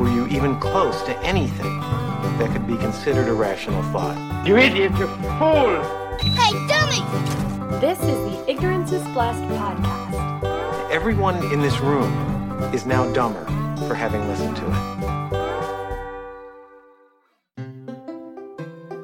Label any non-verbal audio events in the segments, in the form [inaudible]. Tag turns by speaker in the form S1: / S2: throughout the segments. S1: were you even close to anything that could be considered a rational thought.
S2: You idiot, you fool!
S3: Hey, dummy!
S4: This is the Ignorances Blast podcast.
S1: Everyone in this room is now dumber for having listened to it.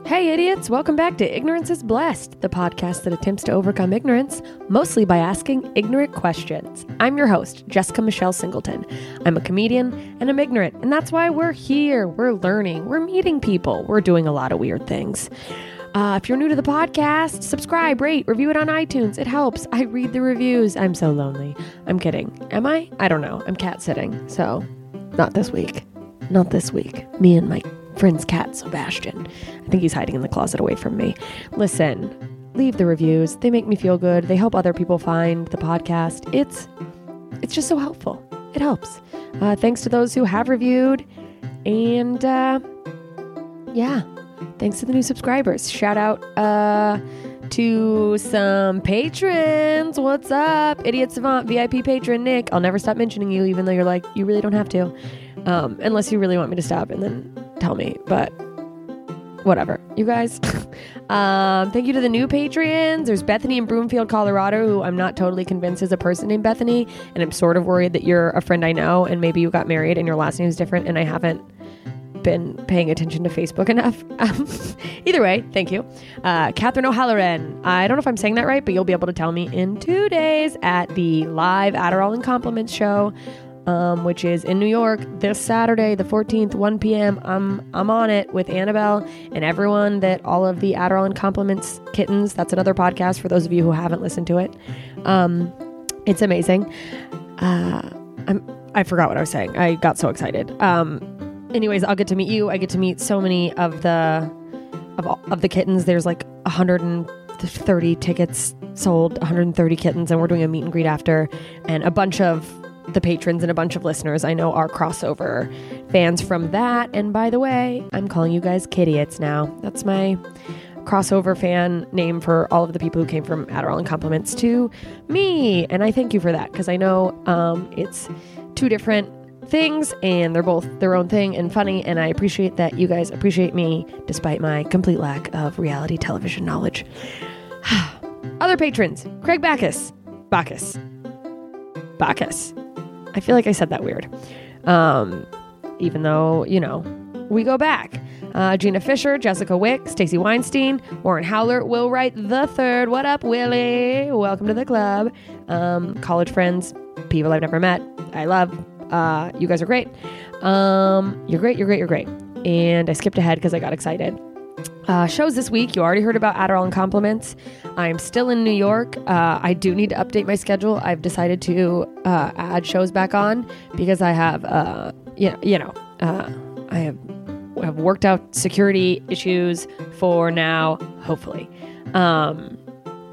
S5: Hey, idiots, welcome back to Ignorance is Blessed, the podcast that attempts to overcome ignorance, mostly by asking ignorant questions. I'm your host, Jessica Michelle Singleton. I'm a comedian and I'm ignorant, and that's why we're here. We're learning, we're meeting people, we're doing a lot of weird things. Uh, if you're new to the podcast, subscribe, rate, review it on iTunes. It helps. I read the reviews. I'm so lonely. I'm kidding. Am I? I don't know. I'm cat sitting, so
S2: Not this week. Not this week. Me and my friend's cat, Sebastian. I think he's hiding in the closet away from me. Listen, leave the reviews. They make me feel good. They help other people find the podcast. It's it's just so helpful. It helps. Uh, thanks to those who have reviewed. And uh, yeah, thanks to the new subscribers. Shout out uh, to some patrons. What's up? Idiot Savant, VIP patron Nick. I'll never stop mentioning you, even though you're like, you really don't have to. Um, unless you really want me to stop and then tell me. But whatever. You guys, um, thank you to the new Patreons. There's Bethany in Broomfield, Colorado, who I'm not totally convinced is a person named Bethany, and I'm sort of worried that you're a friend I know, and maybe you got married and your last name is different, and I haven't been paying attention to Facebook enough. [laughs] Um, Either way, thank you. Uh, Catherine O'Halloran. I don't know if I'm saying that right, but you'll be able to tell me in two days at the live Adderall and Compliments show um, which is in New York this Saturday, the 14th, 1 p.m. I'm I'm on it with Annabelle and everyone that all of the Adderall and Compliments kittens. That's another podcast for those of you who haven't listened to it. Um, it's amazing. Uh, I'm I forgot what I was saying. I got so excited. Um, anyways, I'll get to meet you. I get to meet so many of the of all, of the kittens. There's like 130 tickets sold, 130 kittens, and we're doing a meet and greet after, and a bunch of the patrons and a bunch of listeners I know are crossover fans from that. And by the way, I'm calling you guys Kidiots now. That's my crossover fan name for all of the people who came from Adderall and Compliments to me. And I thank you for that because I know um, it's two different things and they're both their own thing and funny. And I appreciate that you guys appreciate me despite my complete lack of reality television knowledge. [sighs] Other patrons Craig Backus, Bacchus, Bacchus. I feel like I said that weird. Um, even though, you know, we go back. Uh, Gina Fisher, Jessica Wick, Stacey Weinstein, Warren Howler, Will Wright the third. What up, Willie? Welcome to the club. Um, college friends, people I've never met. I love. Uh, you guys are great. Um, you're great. You're great. You're great. And I skipped ahead because I got excited. Uh, shows this week. You already heard about Adderall and Compliments. I'm still in New York. Uh, I do need to update my schedule. I've decided to uh, add shows back on because I have, uh, you know, you know uh, I have, have worked out security issues for now, hopefully. Um,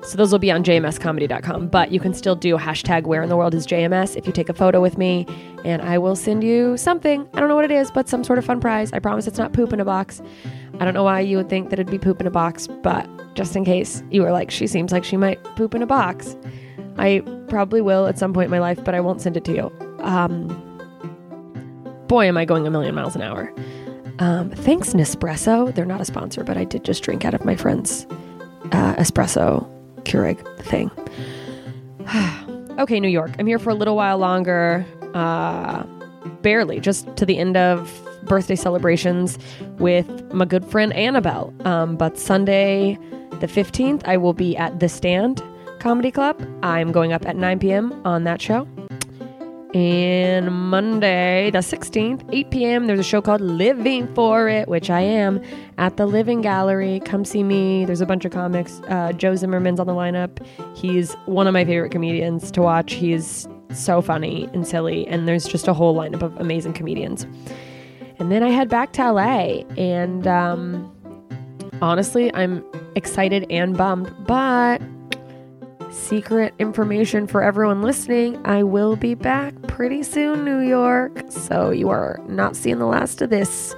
S2: so those will be on jmscomedy.com, but you can still do hashtag where in the world is JMS if you take a photo with me, and I will send you something. I don't know what it is, but some sort of fun prize. I promise it's not poop in a box. I don't know why you would think that it'd be poop in a box, but just in case you were like, she seems like she might poop in a box. I probably will at some point in my life, but I won't send it to you. Um, boy, am I going a million miles an hour. Um, thanks, Nespresso. They're not a sponsor, but I did just drink out of my friend's uh, espresso Keurig thing. [sighs] okay, New York. I'm here for a little while longer. Uh, barely, just to the end of birthday celebrations with my good friend Annabelle. Um, but Sunday, the 15th, I will be at The Stand Comedy Club. I'm going up at 9 p.m. on that show. And Monday, the 16th, 8 p.m., there's a show called Living for It, which I am at the Living Gallery. Come see me. There's a bunch of comics. Uh, Joe Zimmerman's on the lineup. He's one of my favorite comedians to watch. He's so funny and silly, and there's just a whole lineup of amazing comedians. And then I head back to LA, and um, honestly, I'm excited and bummed, but secret information for everyone listening. I will be back pretty soon, New York. So you are not seeing the last of this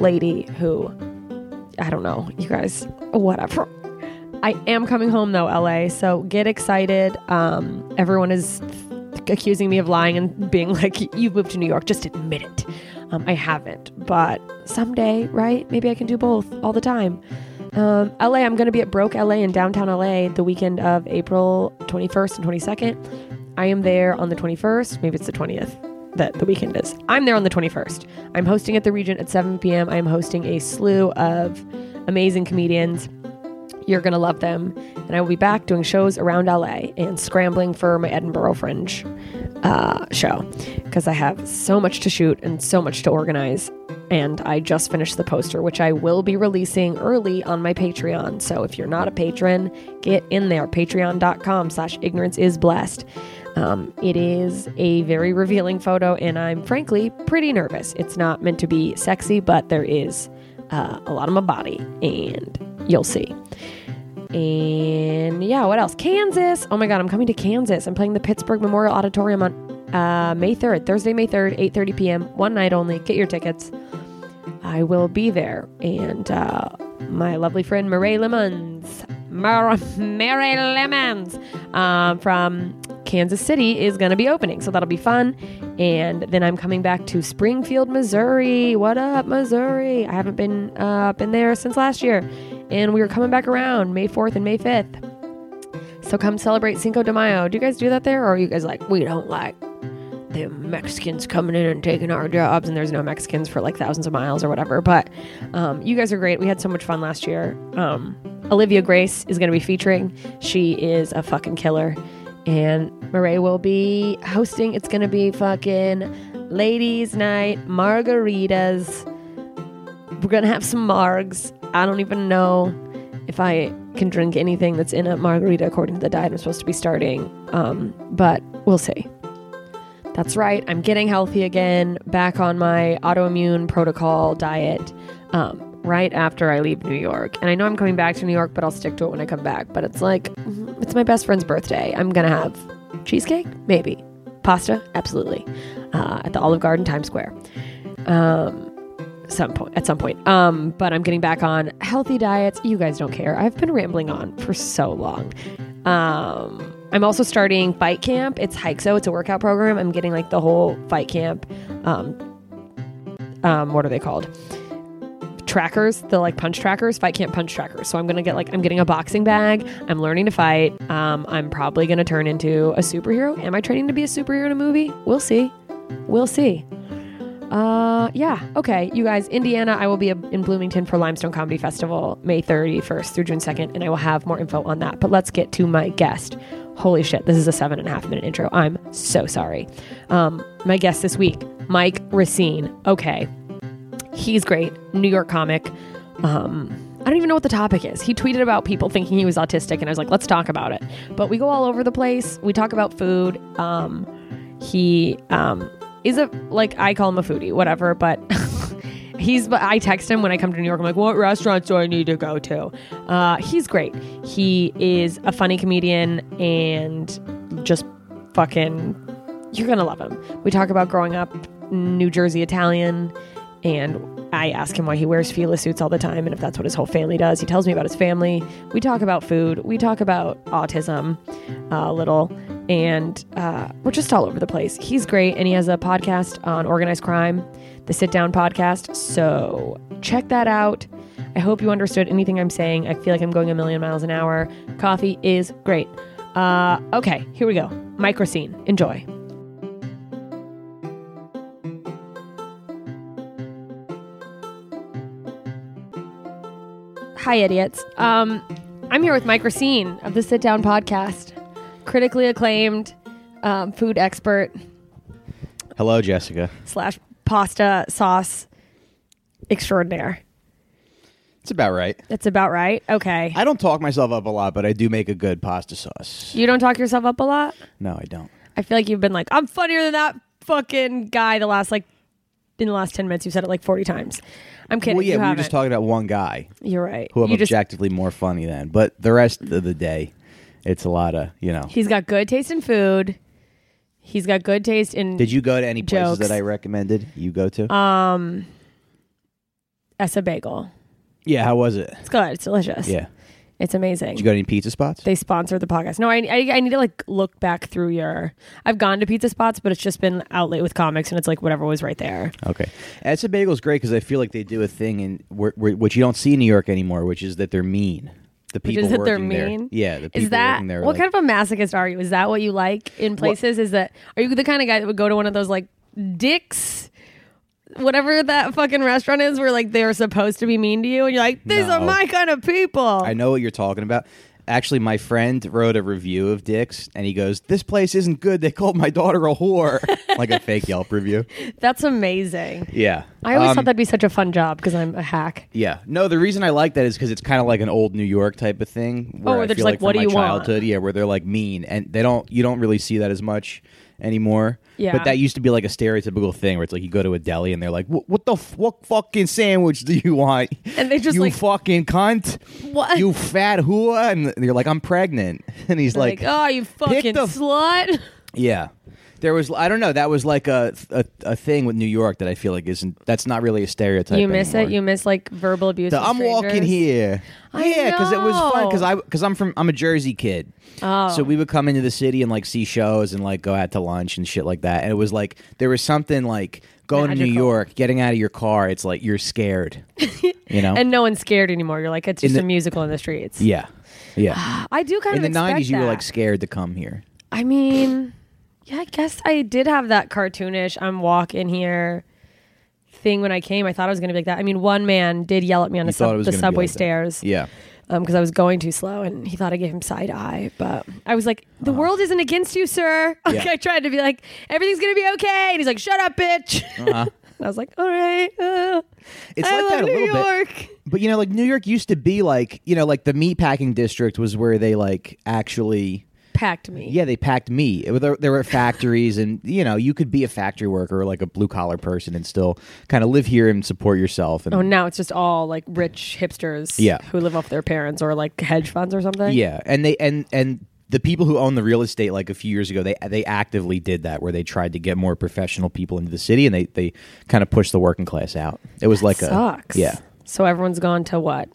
S2: lady who, I don't know, you guys, whatever. I am coming home though, LA. So get excited. Um, everyone is accusing me of lying and being like, you've moved to New York. Just admit it. Um, I haven't, but someday, right? Maybe I can do both all the time. Um, LA, I'm going to be at Broke LA in downtown LA the weekend of April 21st and 22nd. I am there on the 21st. Maybe it's the 20th that the weekend is. I'm there on the 21st. I'm hosting at the Regent at 7 p.m. I'm hosting a slew of amazing comedians. You're going to love them. And I will be back doing shows around LA and scrambling for my Edinburgh Fringe uh, show because I have so much to shoot and so much to organize. And I just finished the poster, which I will be releasing early on my Patreon. So if you're not a patron, get in there. Patreon.com slash ignorance is blessed. Um, it is a very revealing photo, and I'm frankly pretty nervous. It's not meant to be sexy, but there is uh, a lot of my body, and you'll see. And yeah, what else? Kansas. Oh my God, I'm coming to Kansas. I'm playing the Pittsburgh Memorial Auditorium on uh, May 3rd, Thursday, May 3rd, 8:30 p.m. One night only. Get your tickets. I will be there, and uh, my lovely friend Marae Lemons, Mar- [laughs] Marae Lemons um, from Kansas City is going to be opening, so that'll be fun. And then I'm coming back to Springfield, Missouri. What up, Missouri? I haven't been uh, been there since last year, and we were coming back around May 4th and May 5th. So come celebrate Cinco de Mayo. Do you guys do that there, or are you guys like we don't like the Mexicans coming in and taking our jobs, and there's no Mexicans for like thousands of miles or whatever. But um, you guys are great. We had so much fun last year. Um, Olivia Grace is going to be featuring. She is a fucking killer. And Marae will be hosting. It's going to be fucking ladies' night, margaritas. We're going to have some margs. I don't even know if I can drink anything that's in a margarita according to the diet I'm supposed to be starting. Um, but we'll see. That's right. I'm getting healthy again, back on my autoimmune protocol diet um, right after I leave New York. And I know I'm coming back to New York, but I'll stick to it when I come back. But it's like, mm, it's my best friend's birthday. I'm going to have cheesecake? Maybe. Pasta? Absolutely. Uh, at the Olive Garden, Times Square. Um, some point at some point um but i'm getting back on healthy diets you guys don't care i've been rambling on for so long um i'm also starting fight camp it's hike so it's a workout program i'm getting like the whole fight camp um um what are they called trackers the like punch trackers fight camp punch trackers so i'm gonna get like i'm getting a boxing bag i'm learning to fight um i'm probably gonna turn into a superhero am i training to be a superhero in a movie we'll see we'll see uh, yeah. Okay, you guys, Indiana. I will be in Bloomington for Limestone Comedy Festival May 31st through June 2nd, and I will have more info on that. But let's get to my guest. Holy shit, this is a seven and a half minute intro. I'm so sorry. Um, my guest this week, Mike Racine. Okay, he's great. New York comic. Um, I don't even know what the topic is. He tweeted about people thinking he was autistic, and I was like, let's talk about it. But we go all over the place. We talk about food. Um, he um, is a like I call him a foodie, whatever. But [laughs] he's. But I text him when I come to New York. I'm like, what restaurants do I need to go to? Uh, he's great. He is a funny comedian and just fucking. You're gonna love him. We talk about growing up New Jersey Italian, and I ask him why he wears Fila suits all the time and if that's what his whole family does. He tells me about his family. We talk about food. We talk about autism uh, a little. And uh, we're just all over the place. He's great. And he has a podcast on organized crime, the sit down podcast. So check that out. I hope you understood anything I'm saying. I feel like I'm going a million miles an hour. Coffee is great. Uh, okay, here we go. Microscene. Enjoy. Hi, idiots. Um, I'm here with Mike Racine of the Sit Down Podcast, critically acclaimed um, food expert
S3: Hello, Jessica.
S2: slash pasta sauce extraordinaire.
S3: It's about right.
S2: That's about right. Okay.
S3: I don't talk myself up a lot, but I do make a good pasta sauce.
S2: You don't talk yourself up a lot.
S3: No, I don't.
S2: I feel like you've been like, I'm funnier than that fucking guy. The last like in the last ten minutes, you've said it like 40 times. I'm kidding.
S3: Well, yeah,
S2: you
S3: we were
S2: haven't.
S3: just talking about one guy
S2: You're right.
S3: who I'm
S2: you just
S3: objectively more funny than, but the rest of the day, it's a lot of you know.
S2: he's got good taste in food. He's got good taste in
S3: Did you go to any places
S2: Jokes.
S3: that I recommended you go to?
S2: um Essa bagel.
S3: yeah, how was it?
S2: It's good. It's delicious.
S3: Yeah,
S2: It's amazing.
S3: did you go to any pizza spots?
S2: they sponsored the podcast. No, I, I I need to like look back through your. I've gone to pizza spots, but it's just been out late with comics, and it's like whatever was right there.
S3: Okay, Essa Bagel's great because I feel like they do a thing in where, where, which you don't see in New York anymore, which is that they're mean. The
S2: Which
S3: people
S2: is that they're
S3: working there-
S2: mean?
S3: Yeah, the people
S2: Is that
S3: working there. are
S2: what
S3: like-
S2: kind of a masochist are you? Is that what you like in places? Is that are you the kind of guy that would go to one of those like dicks? Whatever that fucking restaurant is, where like they're supposed to be mean to you, and you're like, "These are
S3: No.
S2: my kind of people."
S3: I know what you're talking about. actually, my friend wrote a review of Dick's, and he goes, "This place isn't good. They called my daughter a whore." [laughs] like a fake Yelp review.
S2: That's amazing.
S3: Yeah.
S2: I always
S3: Um,
S2: thought that'd be such a fun job because I'm a hack.
S3: Yeah. No, the reason I like that is because it's kind of like an old New York type of thing.
S2: where
S3: Where I
S2: Oh, they're just
S3: feel
S2: like,
S3: from
S2: "What do
S3: my
S2: you want?"
S3: childhood, Yeah, where they're like mean, and they don't. You don't really see that as much anymore.
S2: Yeah.
S3: But that used to be like a stereotypical thing where it's like you go to a deli and they're like, "What, what the f- what fucking sandwich do you want?"
S2: And they just,
S3: you
S2: like-
S3: fucking cunt.
S2: [laughs] What?
S3: You fat whoa, and you're like, "I'm pregnant," [laughs] and he's
S2: Like,
S3: like,
S2: oh, you fucking
S3: the f-
S2: slut. [laughs]
S3: yeah. There was I don't know that was like a, a a thing with New York that I feel like isn't that's not really a stereotype.
S2: You miss it.
S3: anymore.
S2: You miss like verbal abuse.
S3: The
S2: from
S3: I'm walking
S2: strangers.
S3: here.
S2: I
S3: yeah, because it was fun.
S2: know.
S3: Because I because I'm from I'm a Jersey kid. Oh. So we would come into the city and like see shows and like go out to lunch and shit like that. And it was like there was something like going to New
S2: Magical.
S3: York, getting out of your car. It's like you're scared.
S2: [laughs]
S3: you know.
S2: And no one's scared anymore. You're like, it's just
S3: the-
S2: a musical in the streets.
S3: yeah, yeah.
S2: [sighs] I do kind
S3: In
S2: of
S3: the
S2: expect
S3: '90s, you were
S2: that.
S3: like scared to come here.
S2: I mean, yeah, I guess I did have that cartoonish I'm walking here thing when I came. I thought I was going to be like that. I mean, one man did yell at me on
S3: You
S2: the,
S3: thought it
S2: sub-
S3: was
S2: the
S3: gonna be
S2: subway
S3: like that.
S2: stairs
S3: Yeah.
S2: because I was going too slow and he thought I gave him side eye. But I was like,
S3: Uh-huh.
S2: the world isn't against you, sir. [laughs] Like, I tried to be like, everything's going to be okay. And he's like, shut up, bitch.
S3: Uh-huh.
S2: and [laughs] I was like, all right. uh,
S3: It's
S2: I
S3: like
S2: love
S3: that a
S2: New
S3: little bit.
S2: York.
S3: But you know, like New York used to be like you know like the meatpacking district was where they like actually
S2: Packed me.
S3: Yeah, they packed meat. It was- There, there were factories, and you know, you could be a factory worker, or like a blue collar person, and still kind of live here and support yourself. And
S2: Oh, now it's just all like rich hipsters
S3: Yeah.
S2: who live off their parents or like hedge funds or something.
S3: yeah, and they and and the people who own the real estate, like a few years ago, they they actively did that, where they tried to get more professional people into the city, and they they kind of pushed the working class out. It was like
S2: sucks.
S3: a yeah. Uh,
S2: So everyone's gone to what?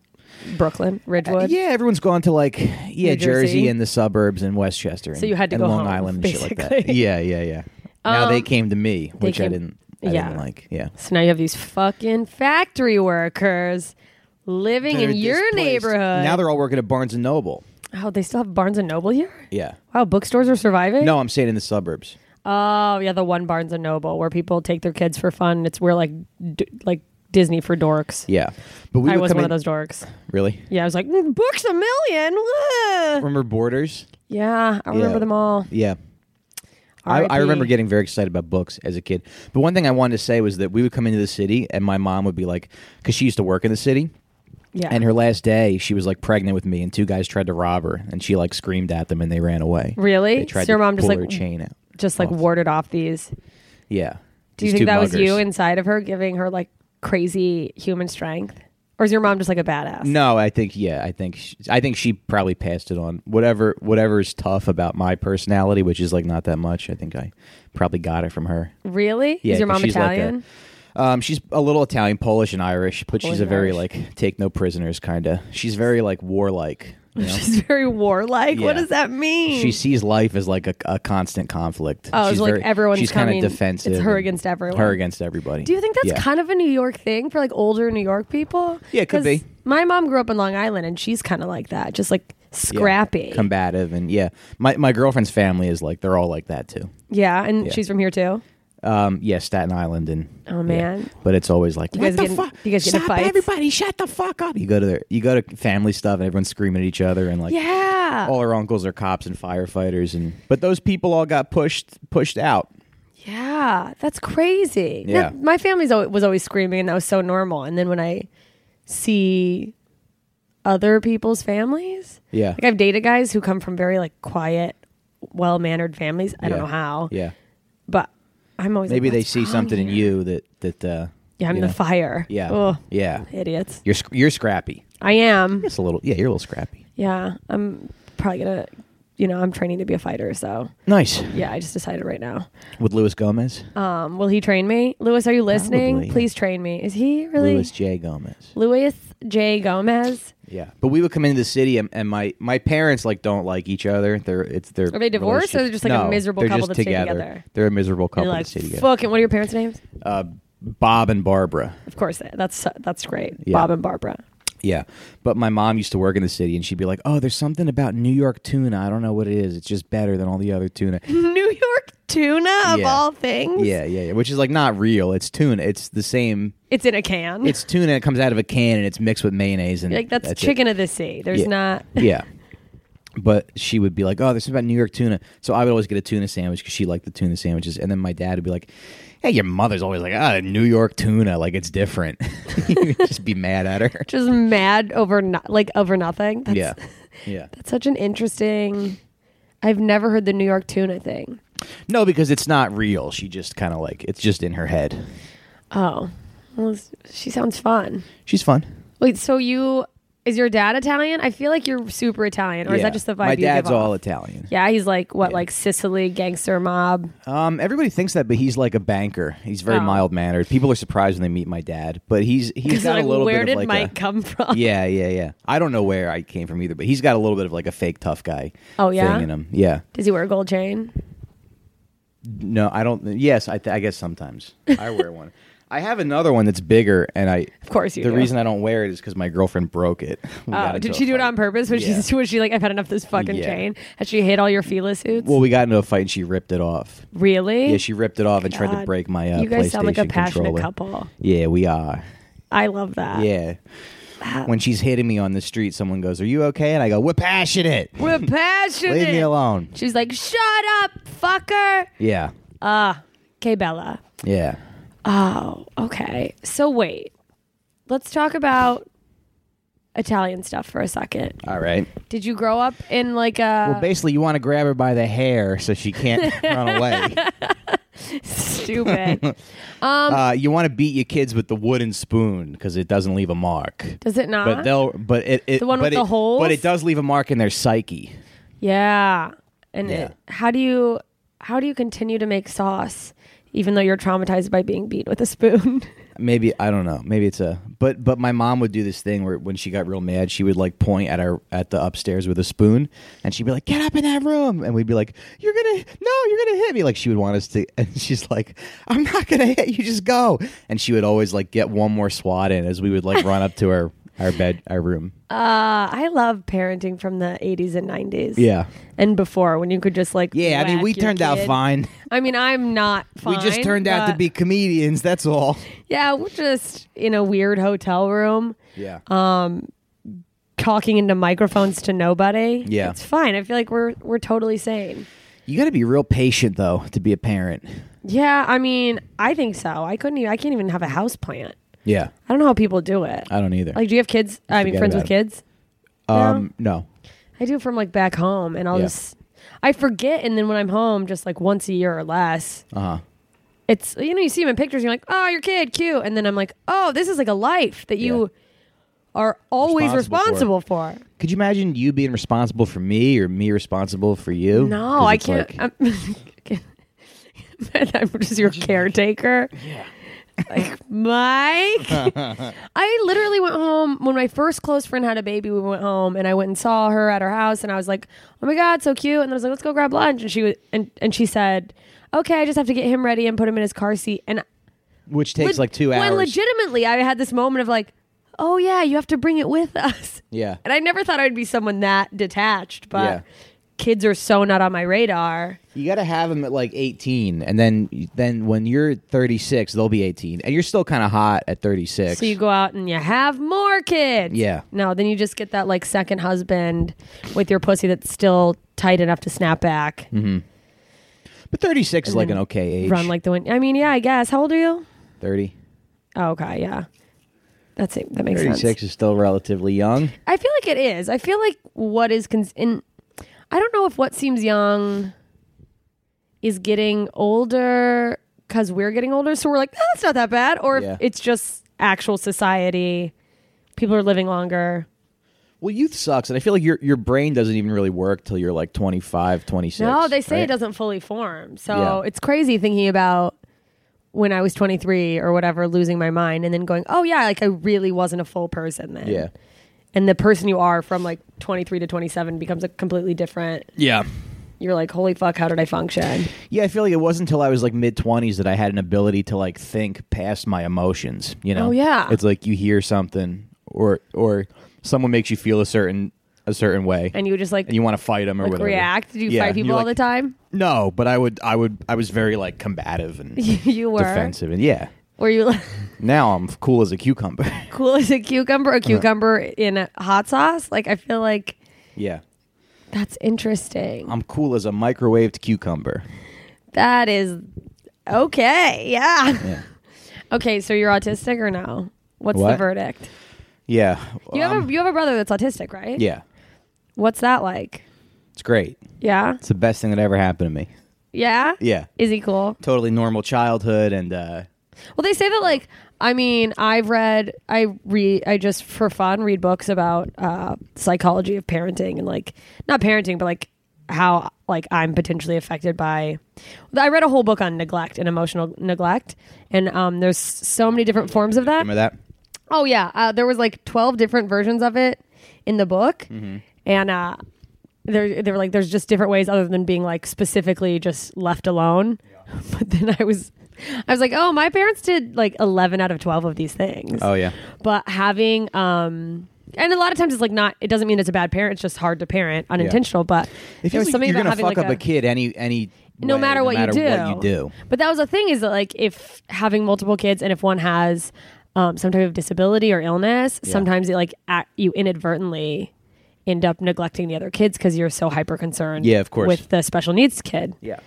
S2: Brooklyn, Ridgewood.
S3: Yeah, everyone's gone to like yeah
S2: New
S3: Jersey.
S2: Jersey.
S3: and the suburbs and Westchester. And,
S2: So you had to
S3: and
S2: go
S3: Long
S2: home,
S3: Island and shit like that.
S2: basically. Um,
S3: Yeah, yeah, yeah. Now they came to me, which I
S2: came-
S3: didn't. I
S2: yeah.
S3: didn't like. Yeah.
S2: So now you have these fucking factory workers living in
S3: They're
S2: your
S3: displaced.
S2: neighborhood.
S3: Now they're all working at Barnes and Noble.
S2: oh, they still have Barnes and Noble here.
S3: Yeah.
S2: Wow, bookstores are surviving.
S3: No, I'm saying in the suburbs.
S2: Oh yeah, the one Barnes and Noble where people take their kids for fun. It's where like d- like Disney for dorks.
S3: Yeah. But we
S2: I
S3: would
S2: was
S3: come
S2: one
S3: in-
S2: of those dorks.
S3: Really?
S2: Yeah, I was like, "Mm, books a million. Wah."
S3: Remember Borders?
S2: Yeah, I remember
S3: Yeah.
S2: them all.
S3: Yeah. I, I
S2: R.I.P..
S3: remember getting very excited about books as a kid. But one thing I wanted to say was that we would come into the city and my mom would be like, because she used to work in the city.
S2: Yeah,
S3: And her last day, she was like pregnant with me, and two guys tried to rob her, and she like screamed at them, and they ran away.
S2: Really?
S3: They tried
S2: So your
S3: to
S2: mom just,
S3: pull
S2: like,
S3: her chain out.
S2: just like
S3: off.
S2: warded off these.
S3: Yeah.
S2: Do you
S3: These two
S2: think that was you
S3: muggers.
S2: inside of her giving her like crazy human strength? Or is your mom just like a badass?
S3: No, I think yeah, I think she, I think she probably passed it on. Whatever whatever is tough about my personality, which is like not that much. I think I probably got it from her.
S2: Really?
S3: Yeah,
S2: is your
S3: 'cause
S2: mom
S3: she's like a-
S2: Italian?
S3: Um, she's a little Italian, Polish, and Irish, but
S2: Polish
S3: she's a
S2: and
S3: very
S2: Irish.
S3: like take no prisoners kind of. She's very like warlike. You
S2: [laughs]
S3: know?
S2: she's very warlike. What
S3: Yeah.
S2: does that mean?
S3: she sees life as like a, a constant conflict.
S2: Oh, it's
S3: she's
S2: like
S3: very,
S2: everyone's
S3: She's kind
S2: coming-
S3: of
S2: it's
S3: defensive.
S2: her
S3: and-
S2: against everyone.
S3: Her against everybody.
S2: Do you think that's
S3: yeah.
S2: kind of a New York thing for like older New York people?
S3: Yeah, it could
S2: 'Cause
S3: be.
S2: My mom grew up in Long Island and she's kind of like that, just like scrappy. Yeah,
S3: combative, and yeah, my my girlfriend's family is like they're all like that too.
S2: and
S3: Yeah.
S2: she's from here too.
S3: Um, yeah, Staten Island and
S2: Oh, man.
S3: yeah. but it's always like
S2: You guys
S3: "What
S2: get in-
S3: the fuck?
S2: you guys get in
S3: Stop
S2: fights?"
S3: everybody, shut the fuck up. You go to their, you go to family stuff, and everyone's screaming at each other, and like
S2: Yeah.
S3: all her uncles are cops and firefighters, and but those people all got pushed pushed out.
S2: Yeah, that's crazy. No,
S3: Yeah.
S2: my family's always, was always screaming, and that was so normal. And then when I see other people's families,
S3: Yeah,
S2: like I've dated guys who come from very like quiet, well mannered families. I don't
S3: Yeah.
S2: know how,
S3: yeah.
S2: but I'm always
S3: Maybe
S2: like,
S3: they
S2: "What's
S3: see
S2: wrong
S3: something in
S2: here?"
S3: you that that uh,
S2: Yeah, I'm
S3: you
S2: the
S3: know,
S2: fire.
S3: Yeah,
S2: Ugh,
S3: yeah.
S2: idiots.
S3: You're sc- you're scrappy.
S2: I am.
S3: It's a little yeah. You're a little scrappy.
S2: Yeah, I'm probably gonna. You know, I'm training to be a fighter, so
S3: Nice
S2: yeah, I just decided right now.
S3: with Luis Gomez,
S2: Um, will he train me, Lewis? Are you listening?
S3: Probably.
S2: Please train me. Is he really
S3: Luis J Gomez.
S2: Louis J. Gomez.
S3: Yeah, but we would come into the city, and, and my my parents like don't like each other. They're it's their
S2: Are they divorced, or they're just, like, a miserable couple that
S3: that's
S2: stayed together?
S3: They're a miserable couple
S2: like,
S3: that stay together.
S2: fuck. And what are your parents' names?
S3: Bob and Barbara.
S2: Of course, that's that's great.
S3: Yeah.
S2: Bob and Barbara. [laughs]
S3: Yeah, but my mom used to work in the city, and she'd be like, "Oh, there's something about New York tuna. I don't know what it is. It's just better than all the
S2: [laughs]
S3: other tuna."
S2: New York tuna of
S3: Yeah.
S2: all things.
S3: yeah, yeah, yeah. Which is like not real. It's tuna. It's the same.
S2: It's in a can.
S3: It's tuna. It comes out of a can, and it's mixed with mayonnaise. And
S2: [laughs] [laughs] like that's,
S3: it.
S2: chicken of the sea. There's
S3: Yeah.
S2: not.
S3: Yeah. but she would be like, "Oh, this is about New York tuna." So I would always get a tuna sandwich because she liked the tuna sandwiches, and then my dad would be like, "Hey, your mother's always like, ah, New York tuna, like it's different." [laughs] He'd just be mad at her.
S2: Just mad over no- like over nothing. That's,
S3: yeah, yeah.
S2: That's such an interesting. I've never heard the New York tuna thing.
S3: No, because it's not real. She just kind of like it's just in her head.
S2: Oh, well, s- she sounds fun.
S3: She's fun.
S2: Wait, so you is your dad Italian? I feel like you're super Italian, or is
S3: Yeah.
S2: that just the vibe?
S3: My
S2: you
S3: dad's
S2: give
S3: all
S2: Off?
S3: Italian.
S2: Yeah, he's like what, like Sicily gangster mob.
S3: Um, everybody thinks that, but he's like a banker. He's very
S2: Oh.
S3: mild mannered. People are surprised when they meet my dad, but he's
S2: [laughs]
S3: he's got
S2: like,
S3: a little
S2: where
S3: bit
S2: did
S3: of like
S2: Mike
S3: a,
S2: come from?
S3: [laughs] yeah, yeah, yeah. I don't know where I came from either, but he's got a little bit of like a fake tough guy.
S2: Oh, yeah?
S3: thing in him. Yeah.
S2: Does he wear a gold chain?
S3: No, I don't. Yes, I, th- I guess sometimes
S2: [laughs]
S3: I wear one. I have another one that's bigger, and I
S2: Of course you
S3: the
S2: do.
S3: reason I don't wear it is because my girlfriend broke it. [laughs] We got
S2: Oh,
S3: into
S2: did
S3: a
S2: she do it
S3: fight.
S2: on purpose? Was
S3: Yeah.
S2: she [laughs] was she like I've had enough of this fucking
S3: Yeah.
S2: chain? Has she hit all your Fila suits?
S3: Well, we got into a fight, and she ripped it off.
S2: really?
S3: Yeah, she ripped it off and tried to
S2: God.
S3: break my. Uh,
S2: you guys
S3: PlayStation
S2: sound like a passionate
S3: controller.
S2: couple. Uh,
S3: Yeah, we are.
S2: I love that.
S3: Yeah.
S2: uh,
S3: When she's hitting me on the street, someone goes, "Are you okay?" And I go,
S2: [laughs]
S3: "We're passionate.
S2: We're passionate.
S3: [laughs] Leave me alone."
S2: She's like, shut up, fucker.
S3: Yeah.
S2: Okay, Bella.
S3: Yeah.
S2: Oh, okay. So wait, let's talk about Italian stuff for a second.
S3: All right.
S2: Did you grow up in like a
S3: Well, basically, you want to grab her by the hair so
S2: [laughs]
S3: she can't run away. [laughs]
S2: stupid? Um,
S3: Uh, you want to beat your kids with the wooden spoon because it doesn't leave a mark.
S2: Does it not?
S3: But they'll. But it. it
S2: Uh, The one
S3: but
S2: with
S3: it,
S2: the holes?
S3: But it does leave a mark in their psyche.
S2: yeah. And
S3: Yeah.
S2: It, how do you how do you continue to make sauce even though you're traumatized by being beat with a spoon? [laughs]
S3: Maybe I don't know. Maybe it's a. But but my mom would do this thing where when she got real mad, she would like point at our at the upstairs with a spoon, and she'd be like, "Get up in that room!" And we'd be like, "You're gonna no, you're gonna hit me!" Like she would want us to. And [laughs] she's like, "I'm not gonna hit you. Just go." And she would always like get one more swat in as we would like run up to our our bed
S2: [laughs]
S3: our room.
S2: Uh, I love parenting from the 80s and 90s.
S3: Yeah.
S2: And before when you could just like
S3: Yeah, I mean,
S2: whack
S3: we
S2: your
S3: turned out
S2: kid.
S3: fine. [laughs]
S2: I mean, I'm not fine.
S3: we just turned out to
S2: but-
S3: be comedians. That's all.
S2: Yeah, we're just in a weird hotel room
S3: Yeah.
S2: Um talking into microphones to nobody.
S3: Yeah.
S2: It's fine. I feel like we're we're totally sane.
S3: you got to be real patient though to be a parent.
S2: Yeah, I mean, I think so. I couldn't even I can't even have a house plant.
S3: Yeah.
S2: I don't know how people do it.
S3: I don't either.
S2: Like do you have kids? I mean,
S3: Forget
S2: friends
S3: about
S2: with kids?
S3: um no.
S2: I do from like back home and I'll
S3: Yeah.
S2: just I forget and then when I'm home just like once a year or less.
S3: Uh-huh.
S2: It's you know, you see them in pictures, you're like, Oh, your kid, cute and then I'm like, Oh, this is like a life that you are always
S3: Responsible
S2: responsible for.
S3: Could you imagine you being responsible for me or me responsible for you?
S2: No,
S3: 'Cause
S2: I
S3: it's
S2: can't.
S3: like-
S2: [laughs] I'm, I'm just your caretaker. Yeah. Like
S3: [laughs]
S2: Mike, I literally went home when my first close friend had a baby. We went home and I went and saw her at her house, and I was like, "Oh my god, so cute!" And I was like, "Let's go grab lunch." And she was, and and she said, "Okay, I just have to get him ready and put him in his car seat." And
S3: which takes like two
S2: when
S3: hours.
S2: legitimately, I had this moment of like, "Oh yeah, you have to bring it with us."
S3: yeah.
S2: And I never thought I'd be someone that detached, but
S3: Yeah.
S2: kids are so not on my radar.
S3: You got to have them at like 18 and then then when you're 36 they'll be 18 and you're still kind of hot at 36.
S2: So you go out and you have more kids.
S3: Yeah.
S2: No, then you just get that like second husband with your pussy that's still tight enough to snap back,
S3: Mm-hmm. but 36 is like an okay age.
S2: run like the wind. I mean, yeah, I guess. How old are you?
S3: 30.
S2: Oh, okay, yeah. That's it. That makes
S3: 36
S2: sense.
S3: is still relatively young.
S2: I feel like it is. I feel like what is cons- in. I don't know if what seems young is getting older because we're getting older, so we're like, oh, that's not that bad, or if
S3: Yeah.
S2: it's just actual society. People are living longer.
S3: Well, youth sucks, and I feel like your your brain doesn't even really work till you're like 25, 26.
S2: No, they say
S3: right?
S2: it doesn't fully form. So
S3: Yeah.
S2: it's crazy thinking about when I was 23 or whatever, losing my mind and then going, oh, yeah, like I really wasn't a full person then.
S3: Yeah,
S2: And the person you are from like 23 to 27 becomes a completely different.
S3: yeah,
S2: You're like, holy fuck, how did I function?
S3: yeah. I feel like it wasn't until I was like mid twenties that I had an ability to like think past my emotions. You know?
S2: Oh, yeah.
S3: It's like you hear something, or or someone makes you feel a certain a certain way,
S2: And you would just like,
S3: and you want to fight them or
S2: like,
S3: whatever.
S2: react. Did you
S3: Yeah,
S2: fight
S3: and
S2: people
S3: you're
S2: all the
S3: like,
S2: time? [laughs]
S3: No, but I would I would I was very like combative and
S2: you were.
S3: defensive, and yeah.
S2: Were you like, [laughs]
S3: Now I'm cool as a cucumber. [laughs] Uh-huh.
S2: cool as a cucumber? A cucumber in a hot sauce? Like, I feel like
S3: yeah.
S2: That's interesting.
S3: I'm cool as a microwaved cucumber.
S2: That is okay. Yeah.
S3: Yeah.
S2: [laughs] Okay, so you're autistic or no? What's the
S3: What?
S2: verdict?
S3: Yeah.
S2: You have
S3: um,
S2: a you have a brother that's autistic, right?
S3: yeah.
S2: What's that like?
S3: It's great.
S2: Yeah.
S3: It's the best thing that ever happened to me.
S2: Yeah.
S3: Yeah.
S2: Is he cool?
S3: Totally normal childhood and uh
S2: Well, they say that like I mean, I've read I read I just for fun read books about uh psychology of parenting and like not parenting but like how like I'm potentially affected by I read a whole book on neglect and emotional neglect and um there's so many different forms of that.
S3: remember that?
S2: Oh yeah, uh, there was like twelve different versions of it in the book,
S3: Mm-hmm.
S2: and uh, there they were like, there's just different ways other than being like specifically just left alone. [laughs] But then I was, I was like, oh, my parents did like eleven out of twelve of these things.
S3: Oh yeah.
S2: But having um. And a lot of times it's like not. It doesn't mean it's a bad parent. It's just hard to parent, unintentional. But
S3: If
S2: there was something
S3: you're
S2: about
S3: gonna
S2: having
S3: fuck
S2: like
S3: up a, kid any any
S2: no
S3: way,
S2: matter, what, you do,
S3: what you do.
S2: But that was the thing is that like if having multiple kids and if one has um, some type of disability or illness, sometimes it like at, you inadvertently end up neglecting the other kids because you're so hyper concerned.
S3: Yeah, of course.
S2: With the special needs kid,
S3: Yeah.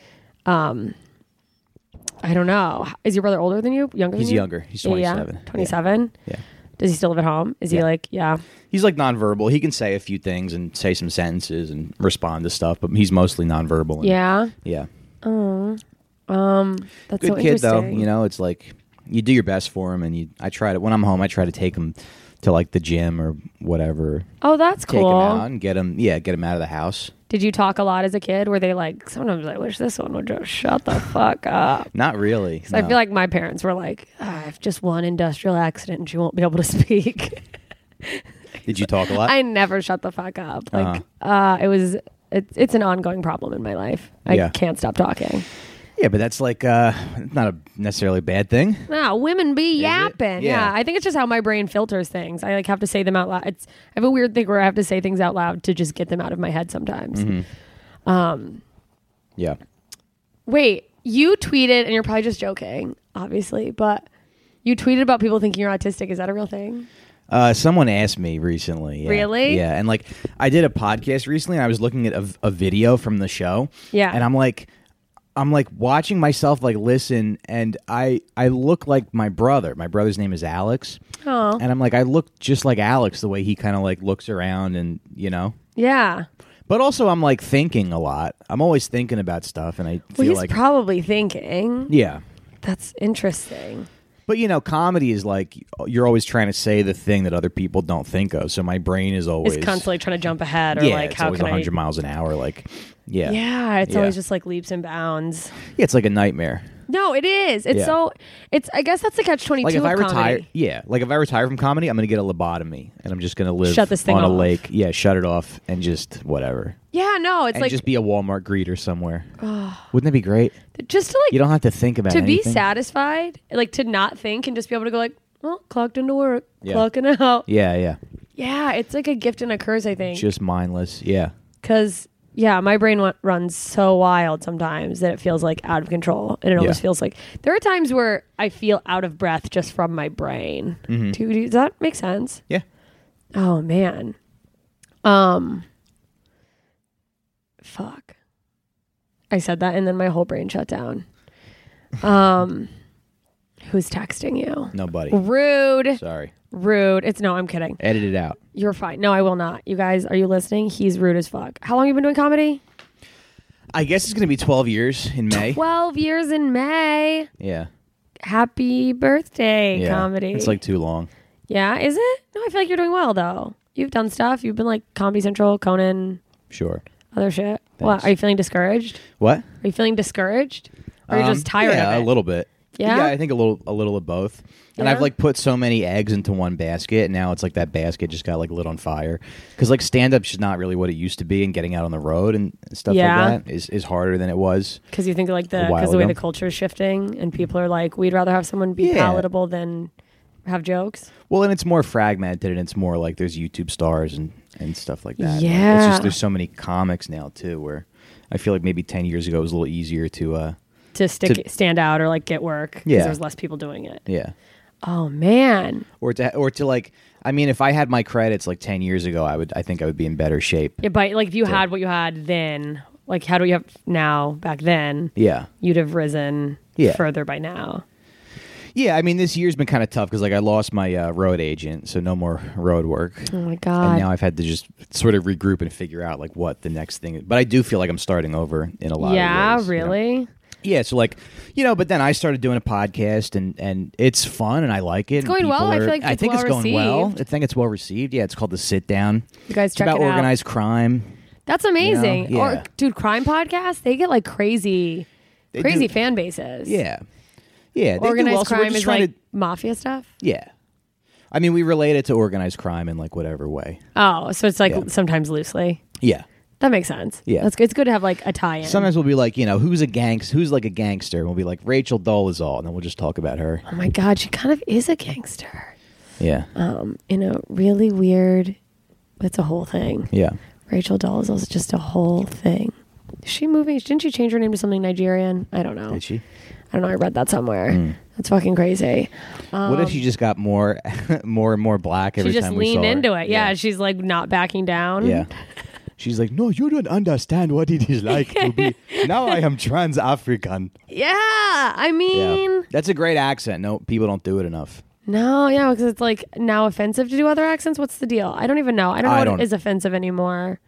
S2: I don't know. Is your brother older than you? Younger?
S3: He's
S2: than you?
S3: younger. He's
S2: Mm-hmm. Yeah,
S3: 27. Yeah.
S2: twenty seven.
S3: Yeah.
S2: Does he still live at home? Is he
S3: Yeah.
S2: like yeah?
S3: He's like nonverbal. He can say a few things and say some sentences and respond to stuff, but he's mostly nonverbal. and-
S2: Yeah.
S3: Yeah.
S2: That's
S3: Good
S2: so
S3: kid though.
S2: interesting.
S3: You know, it's like you do your best for him and you I try to when I'm home I try to take him to like the gym or whatever.
S2: Oh, that's
S3: Take him out
S2: cool.
S3: and get him yeah, get him out of the house.
S2: Did you talk a lot as a kid? Were they like sometimes I wish this one would just shut the fuck up?
S3: Not really.
S2: So I
S3: no.
S2: feel like my parents were like, "Ah, I have just one industrial accident and she won't be able to [laughs] speak.
S3: Did you talk a lot?
S2: I never shut the fuck up. Like, uh
S3: Uh-huh.
S2: it was, it, it's an ongoing problem in my life. I
S3: Yeah.
S2: can't stop talking.
S3: yeah, but that's like uh not a necessarily bad thing.
S2: No, Ah, women be yapping. Yeah.
S3: Yeah.
S2: I think it's just how my brain filters things. I like have to say them out loud. It's, I have a weird thing where I have to say things out loud to just get them out of my head sometimes.
S3: Mm-hmm. Yeah.
S2: Wait, you tweeted, and you're probably just joking, obviously, but you tweeted about people thinking you're autistic. Is that a real thing?
S3: Uh, someone asked me recently. yeah.
S2: Really?
S3: Yeah, and like I did a podcast recently, and I was looking at a, a video from the show.
S2: Yeah.
S3: and I'm like, I'm like watching myself like listen, and I I look like my brother. My brother's name is Alex.
S2: Aw.
S3: and I'm like, I look just like Alex the way he kind of like looks around, and you know.
S2: Yeah.
S3: But also, I'm like thinking a lot. I'm always thinking about stuff, and I
S2: Well,
S3: feel
S2: he's
S3: like
S2: probably thinking.
S3: yeah.
S2: That's interesting.
S3: But you know, comedy is like you're always trying to say the thing that other people don't think of. So my brain is always
S2: It's constantly trying to jump ahead or
S3: yeah,
S2: like
S3: it's
S2: how
S3: always
S2: can
S3: 100
S2: I?
S3: miles an hour. Like, yeah,
S2: Yeah, it's
S3: Yeah.
S2: always just like leaps and bounds.
S3: Yeah, it's like a nightmare.
S2: No, it is. It's
S3: Yeah.
S2: so. It's. I guess that's the catch twenty two.
S3: Like if
S2: of
S3: I retire,
S2: comedy.
S3: yeah, like if I retire from comedy, I'm gonna get a lobotomy and I'm just gonna live
S2: Shut this thing
S3: on
S2: off.
S3: a lake. Yeah, shut it off and just whatever,
S2: Yeah, no, it's
S3: and
S2: like
S3: just
S2: just,
S3: be a Walmart greeter somewhere. Wouldn't that be great?
S2: to
S3: You
S2: like
S3: don't have to think about
S2: to be
S3: anything.
S2: satisfied, like to not think and just be able to go like, well, clocked into work,
S3: Yeah.
S2: clocking out.
S3: Yeah, yeah,
S2: Yeah, it's like a gift and a curse, I think,
S3: just mindless. Yeah,
S2: because. Yeah, my brain w- runs so wild sometimes that it feels like out of control, and it always
S3: Yeah.
S2: feels like there are times where I feel out of breath just from my brain.
S3: Mm-hmm.
S2: Do, does that make sense?
S3: yeah.
S2: Oh man. Um fuck. I said that and then my whole brain shut down. Um [laughs] who's texting you?
S3: Nobody.
S2: Rude.
S3: Sorry,
S2: Rude. It's no, I'm kidding.
S3: edit it out.
S2: You're fine. No, I will not. You guys, are you listening? He's rude as fuck. How long you been doing comedy?
S3: I guess it's gonna be 12 years in May.
S2: 12 years in May.
S3: Yeah,
S2: Happy birthday
S3: yeah.
S2: comedy.
S3: It's like too long.
S2: Yeah, is it? No, I feel like you're doing well though. You've done stuff. You've been like Comedy Central, Conan,
S3: Sure.
S2: other shit. What?
S3: Thanks.
S2: Are you feeling discouraged?
S3: What?
S2: Are you feeling discouraged? Or are you
S3: Um,
S2: just tired
S3: yeah,
S2: of it?
S3: a little bit.
S2: Yeah?
S3: I think a little, a little of both. And
S2: Yeah?
S3: I've like put so many eggs into one basket, and now it's like that basket just got like lit on fire. Because like stand up's just not really what it used to be, and getting out on the road and stuff
S2: Yeah.
S3: like that is, is harder than it was.
S2: Because you think like the
S3: A while
S2: because the way
S3: ago.
S2: the culture is shifting and people are like, we'd rather have someone be
S3: Yeah.
S2: palatable than have jokes.
S3: Well, and it's more fragmented, and it's more like there's YouTube stars and and stuff like that. Like, it's
S2: Yeah.
S3: just there's so many comics now too, where I feel like maybe ten years ago it was a little easier to. uh
S2: To stick
S3: To-
S2: stand out or like get work because
S3: Yeah.
S2: there's less people doing it.
S3: Yeah.
S2: Oh man.
S3: or to or to like. I mean, if I had my credits like ten years ago, I would. I think I would be in better shape.
S2: Yeah, but like if you had what you had then, like how do you have now back then?
S3: Yeah,
S2: You'd have risen
S3: Yeah.
S2: further by now.
S3: yeah. I mean, this year's been kind of tough because like I lost my uh, road agent, so no more road work.
S2: Oh my
S3: and
S2: god.
S3: now I've had to just sort of regroup and figure out like what the next thing is. But I do feel like I'm starting over in a lot
S2: yeah,
S3: of ways. you know?
S2: really?
S3: Yeah, so like, you know, but then I started doing a podcast and and it's fun and I like it. It's
S5: going well. I feel like
S3: I
S5: it's
S3: think it's
S5: well
S3: going well.
S5: received.
S3: I think it's well received. Yeah, it's called the Sit Down.
S2: You guys
S3: it's
S2: check
S3: about
S2: it out.
S3: organized crime.
S2: That's amazing.
S3: Yeah.
S2: Or dude, crime podcasts, they get like crazy crazy fan bases.
S3: Yeah, yeah. they do
S2: Organized
S3: well, so we're
S2: crime
S3: just
S2: is
S3: trying
S2: like
S3: to-
S2: mafia stuff.
S3: yeah. I mean, we relate it to organized crime in like whatever way.
S2: Oh, so it's like
S3: Yeah.
S2: sometimes loosely.
S3: Yeah.
S2: That makes sense.
S3: Yeah.
S2: That's good. It's good to have like a tie in.
S3: Sometimes we'll be like, you know, who's a gangster? Who's like a gangster? And we'll be like, Rachel Dolezal, and then we'll just talk about her.
S2: oh my god, she kind of is a gangster.
S3: Yeah,
S2: Um, in a really weird it's a whole thing.
S3: yeah.
S2: Rachel Dolezal is just a whole thing. Is she moving? Didn't she change her name to something Nigerian? I don't know.
S3: Did she?
S2: I don't know. I read that somewhere.
S3: Hmm.
S2: That's fucking crazy.
S3: what if she just got more, [laughs] more and more black every
S2: she just
S3: time we saw
S2: leaned
S3: her?
S2: into it. Yeah, she's like not backing down.
S3: Yeah. [laughs] She's like, no, you don't understand what it is like to
S2: [laughs]
S3: be. Now I am trans African.
S2: Yeah. I mean,
S3: That's a great accent. No, people don't do it enough.
S2: no, yeah, because it's like now offensive to do other accents. What's the deal? I don't even know. I don't know
S3: I
S2: what
S3: don't-
S2: is offensive anymore.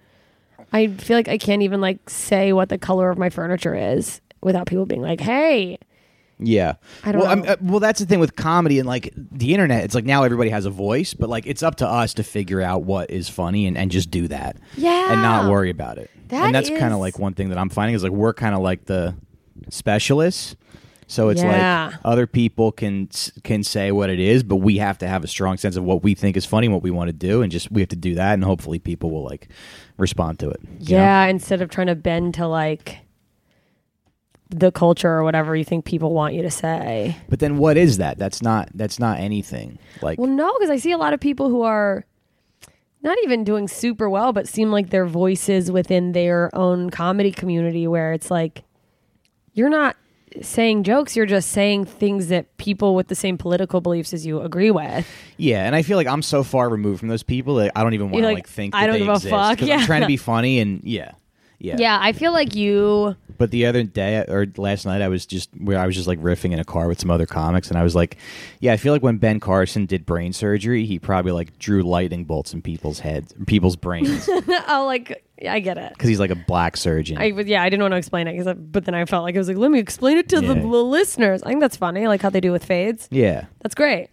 S2: I feel like I can't even like say what the color of my furniture is without people being like, "Hey,
S3: Yeah.
S2: I don't
S3: well,
S2: know.
S3: uh, well, that's the thing with comedy and like the internet. It's like now everybody has a voice, but like it's up to us to figure out what is funny and, and just do that.
S2: Yeah.
S3: And not worry about it.
S2: That
S3: and that's kind
S2: is-
S3: of like one thing that I'm finding is like we're kind of like the specialists. So it's
S2: Yeah.
S3: like other people can s- can say what it is, but we have to have a strong sense of what we think is funny, and what we want to do, and just we have to do that, and hopefully people will like respond to it. you know?
S2: Yeah, instead of trying to bend to like the culture or whatever you think people want you to say.
S3: But then what is that? That's not that's not anything. Like
S2: Well, no, because I see a lot of people who are not even doing super well, but seem like their voices within their own comedy community where it's like you're not saying jokes, you're just saying things that people with the same political beliefs as you agree with.
S3: Yeah, and I feel like I'm so far removed from those people that I don't even want to
S2: like,
S3: like, think.
S2: I
S3: that
S2: don't
S3: they
S2: give a
S3: exist,
S2: fuck,
S3: 'cause
S2: yeah.
S3: I'm trying
S2: [laughs]
S3: to be funny, and yeah, yeah,
S2: Yeah, I feel like you
S3: But the other day or last night, I was just where I was just like riffing in a car with some other comics, and I was like, yeah, I feel like when Ben Carson did brain surgery, he probably like drew lightning bolts in people's heads,
S2: [laughs]
S3: people's brains, because
S2: oh like I get it.
S3: he's like a black surgeon.
S2: I was- yeah, I didn't want to explain it, 'cause I, but then I felt like I was like, let me explain it to the,
S3: Yeah.
S2: the listeners. I think that's funny, like how they do with fades.
S3: yeah.
S2: That's great.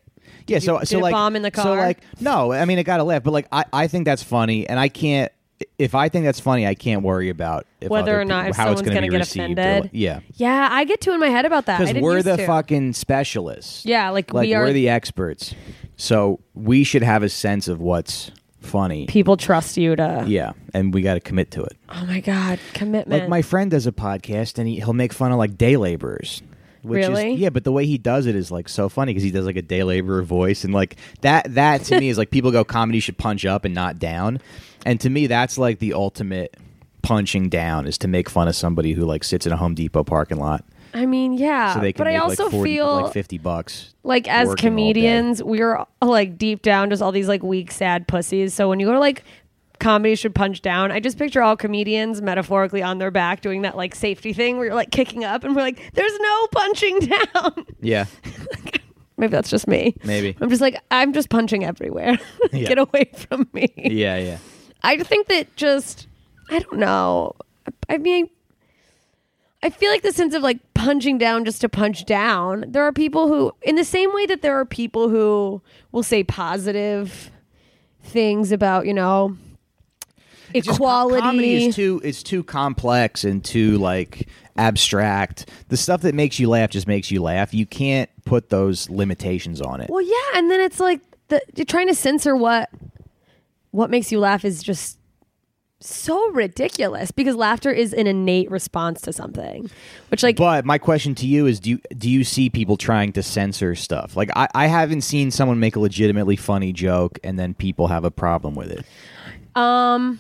S3: Yeah, so so
S2: it
S3: like
S2: bomb in the
S3: So
S2: car?
S3: like no, I mean it got to laugh, but like I, I think that's funny, and I can't if I think that's funny, I can't worry about if
S2: Whether
S3: other
S2: or not
S3: peop-
S2: if
S3: how it's
S2: someone's
S3: gonna
S2: gonna
S3: be
S2: get
S3: received or,
S2: offended.
S3: like- yeah,
S2: Yeah, I get two in my head about that. I
S3: because
S2: didn't
S3: we're
S2: used
S3: the
S2: to.
S3: fucking specialists.
S2: Yeah, like,
S3: like
S2: we are
S3: we're the experts, so we should have a sense of what's funny.
S2: people trust you to.
S3: yeah, and we got to commit to it.
S2: Oh my god, commitment.
S3: Like my friend does a podcast, and he, he'll make fun of like day laborers. Which
S2: Really?
S3: Is, yeah, but the way he does it is like so funny because he does like a day laborer voice, and like that. That to me is like people go comedy should punch up and not down, and to me that's like the ultimate punching down is to make fun of somebody who like sits in a Home Depot parking lot
S2: I mean, yeah,
S3: so they can
S2: Uh, but I
S3: make
S2: also
S3: like 40,
S2: feel
S3: like fifty bucks.
S2: like as
S3: working all day.
S2: comedians, we're like deep down just all these like weak, sad pussies. So when you go to like comedy should punch down, I just picture all comedians metaphorically on their back doing that like safety thing where you're like kicking up and we're like, there's no punching [laughs] down.
S3: Yeah,
S2: Maybe that's just me.
S3: Maybe.
S2: I'm just like, I'm just punching everywhere. [laughs]
S3: Yeah.
S2: Get away from me.
S3: yeah, yeah.
S2: I think that just I don't know. I mean, I feel like the sense of like punching down just to punch down. There are people who, in the same way that there are people who will say positive things about you know
S3: Just co- comedy
S2: equality.
S3: is too is too complex and too like abstract. The stuff that makes you laugh just makes you laugh. You can't put those limitations on it.
S2: well, yeah, and then it's like the, you're trying to censor what what makes you laugh is just so ridiculous because laughter is an innate response to something, which like
S3: But my question to you is do you, do you see people trying to censor stuff? Like I, I haven't seen someone make a legitimately funny joke and then people have a problem with it.
S2: um,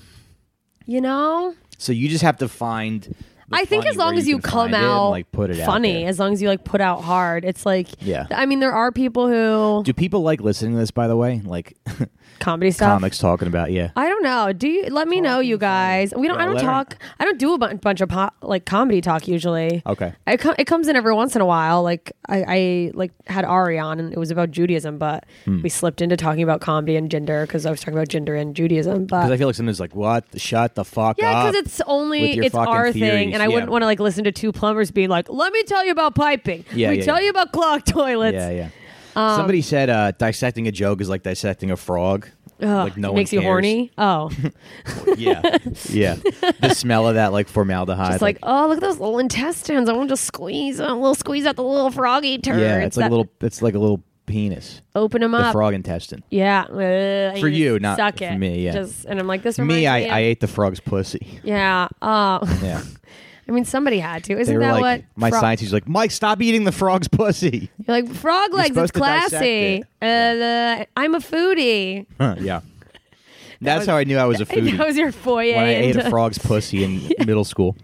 S2: you know.
S3: So you just have to find the
S2: I think
S3: funny
S2: as long
S3: where
S2: as you,
S3: can
S2: come
S3: find it and,
S2: out
S3: like put it out
S2: funny,
S3: there.
S2: as long as you like put out hard, it's like
S3: Yeah.
S2: I mean, there are people who
S3: Do people like listening to this? By the way, like [laughs]
S2: comedy stuff.
S3: comics talking about yeah.
S2: I don't know. Do you let me know, you guys? We don't. I
S3: Yeah,
S2: don't
S3: let her-
S2: talk. I don't do a bu- bunch of po- like comedy talk usually.
S3: Okay.
S2: I com- it comes in every once in a while. Like I, I like had Ari on, and it was about Judaism, but
S3: Hmm.
S2: we slipped into talking about comedy and gender because I was talking about gender and Judaism.
S3: Because I
S2: But
S3: feel like sometimes like what? Shut the fuck
S2: yeah,
S3: up.
S2: because it's only
S3: with your
S2: it's
S3: fucking
S2: our thing,
S3: theories.
S2: and I wouldn't
S3: Yeah.
S2: want to like listen to two plumbers being like, "Let me tell you about piping.
S3: Yeah,
S2: we
S3: yeah,
S2: tell
S3: yeah.
S2: you about clogged [laughs] toilets."
S3: yeah, yeah.
S2: um,
S3: Somebody said uh, dissecting a joke is like dissecting
S2: [laughs]
S3: a frog.
S2: Ugh,
S3: like no
S2: it
S3: one
S2: makes you
S3: cares.
S2: horny.
S3: [laughs]
S2: Oh,
S3: Yeah, yeah. The smell of that like formaldehyde.
S2: it's like, oh, look at those little intestines. I want to just squeeze, a little squeeze out the little froggy turd.
S3: yeah, it's like
S2: that- Uh,
S3: a little. It's like a little penis.
S2: open them
S3: The
S2: up.
S3: frog intestine.
S2: Yeah, Ugh, I
S3: For
S2: need to
S3: you, not
S2: suck
S3: for
S2: it.
S3: me, yeah.
S2: Just- and I'm like, this reminds
S3: Me, I,
S2: of-
S3: I ate the
S2: [laughs]
S3: frog's pussy.
S2: yeah. Oh, [laughs]
S3: Yeah,
S2: I mean, somebody had to. Isn't
S3: they were
S2: that
S3: like
S2: what
S3: my
S2: fro-
S3: science teacher's like, Mike, stop eating the frog's pussy. [laughs]
S2: You're like frog legs. It's
S3: supposed to dissect
S2: classy.
S3: it.
S2: Uh, I'm a foodie.
S3: Huh, yeah, that's how I knew I was a
S2: [laughs]
S3: foodie
S2: That was your foyer.
S3: when
S2: [laughs]
S3: I ate
S2: into-
S3: a frog's pussy in
S2: [laughs]
S3: middle school.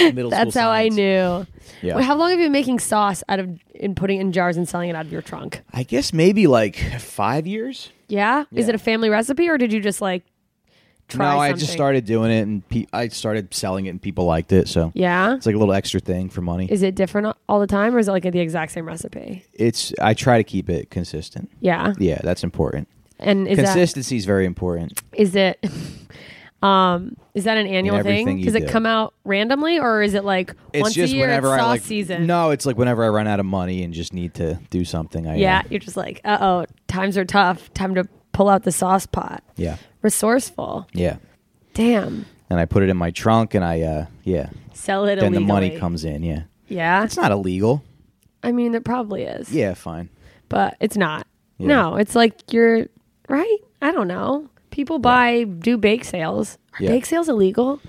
S3: middle
S2: That's
S3: school
S2: how I
S3: science.
S2: knew.
S3: Yeah.
S2: Well, how long have you been making sauce out of and putting it in jars and selling it out of your trunk?
S3: I guess maybe like five years.
S2: Yeah? Is
S3: Yeah.
S2: it a family recipe or did you just like try?
S3: no, I
S2: something?
S3: just started doing it, and pe- I started selling it, and people liked it. So
S2: Yeah.
S3: it's like a little extra thing for money.
S2: Is it different all the time or is it like the exact same recipe?
S3: It's I try to keep it consistent.
S2: Yeah.
S3: Yeah, that's important.
S2: And is that
S3: Consistency is very important.
S2: is it [laughs] um is that an annual thing
S3: everything you
S2: does it
S3: do.
S2: come out randomly or is it like
S3: It's
S2: once
S3: just
S2: a year
S3: whenever
S2: it's
S3: I
S2: sauce
S3: like
S2: season
S3: No, it's like whenever I run out of money and just need to do something. I uh,
S2: yeah you're just like uh-oh times are tough time to pull out the sauce pot
S3: yeah,
S2: resourceful
S3: yeah.
S2: damn
S3: And I put it in my trunk, and I uh, yeah.
S2: sell it
S3: Then
S2: illegally
S3: the money comes in. Yeah,
S2: yeah
S3: it's not illegal.
S2: i mean it probably is
S3: Yeah, fine.
S2: but it's not no it's like you're right i don't know people buy do bake sales are
S3: Yeah.
S2: bake sales illegal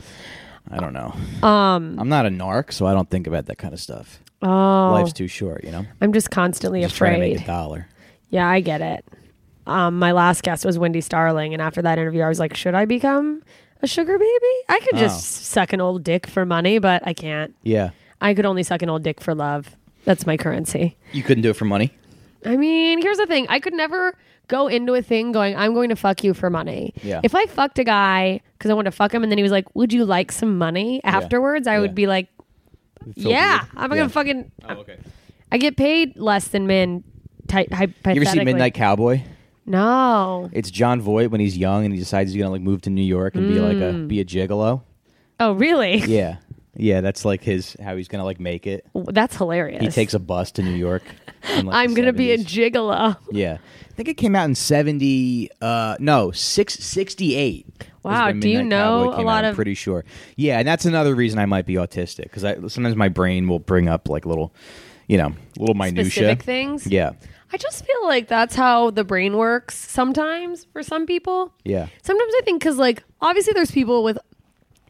S3: I don't know. Um, I'm not a narc, so I don't think about that kind of stuff. Oh, life's too short, you know.
S2: i'm just constantly
S3: Just trying to
S2: afraid
S3: make a dollar.
S2: Yeah, I get it. Um, my last guest was Wendy Starling, and after that interview, I was like, should I become a sugar baby? I could just
S3: Oh.
S2: suck an old dick for money, but I can't.
S3: Yeah,
S2: I could only suck an old dick for love. That's my currency.
S3: you couldn't do it for money.
S2: I mean, here's the thing I could never go into a thing going, I'm going to fuck you for money.
S3: Yeah.
S2: If I fucked a guy because I wanted to fuck him, and then he was like, Would you like some money afterwards? I would
S3: Yeah.
S2: be like, Yeah, I'm not
S3: Yeah.
S2: gonna fucking.
S3: okay.
S2: I get paid less than men. Ty- hypothetically.
S3: You ever see Midnight Cowboy?
S2: No.
S3: It's John Voight when he's young and he decides he's gonna like move to New York and be like a
S2: Mm.
S3: be a gigolo.
S2: Oh,
S3: [laughs]
S2: really?
S3: Yeah, yeah, that's like his how he's gonna like make it.
S2: W- That's hilarious.
S3: He takes a bus to New
S2: [laughs]
S3: York. in, like,
S2: I'm
S3: the
S2: gonna be a
S3: 70s.
S2: gigolo.
S3: yeah. I think it came out in seventy. Uh, no, six sixty eight.
S2: Wow, do you know a lot
S3: I'm
S2: of-
S3: pretty sure. Yeah, and that's another reason I might be autistic because I sometimes my brain will bring up like little, you know, little minutia
S2: Specific things.
S3: Yeah,
S2: I just feel like that's how the brain works sometimes for some people.
S3: yeah.
S2: Sometimes I think because like obviously there's people with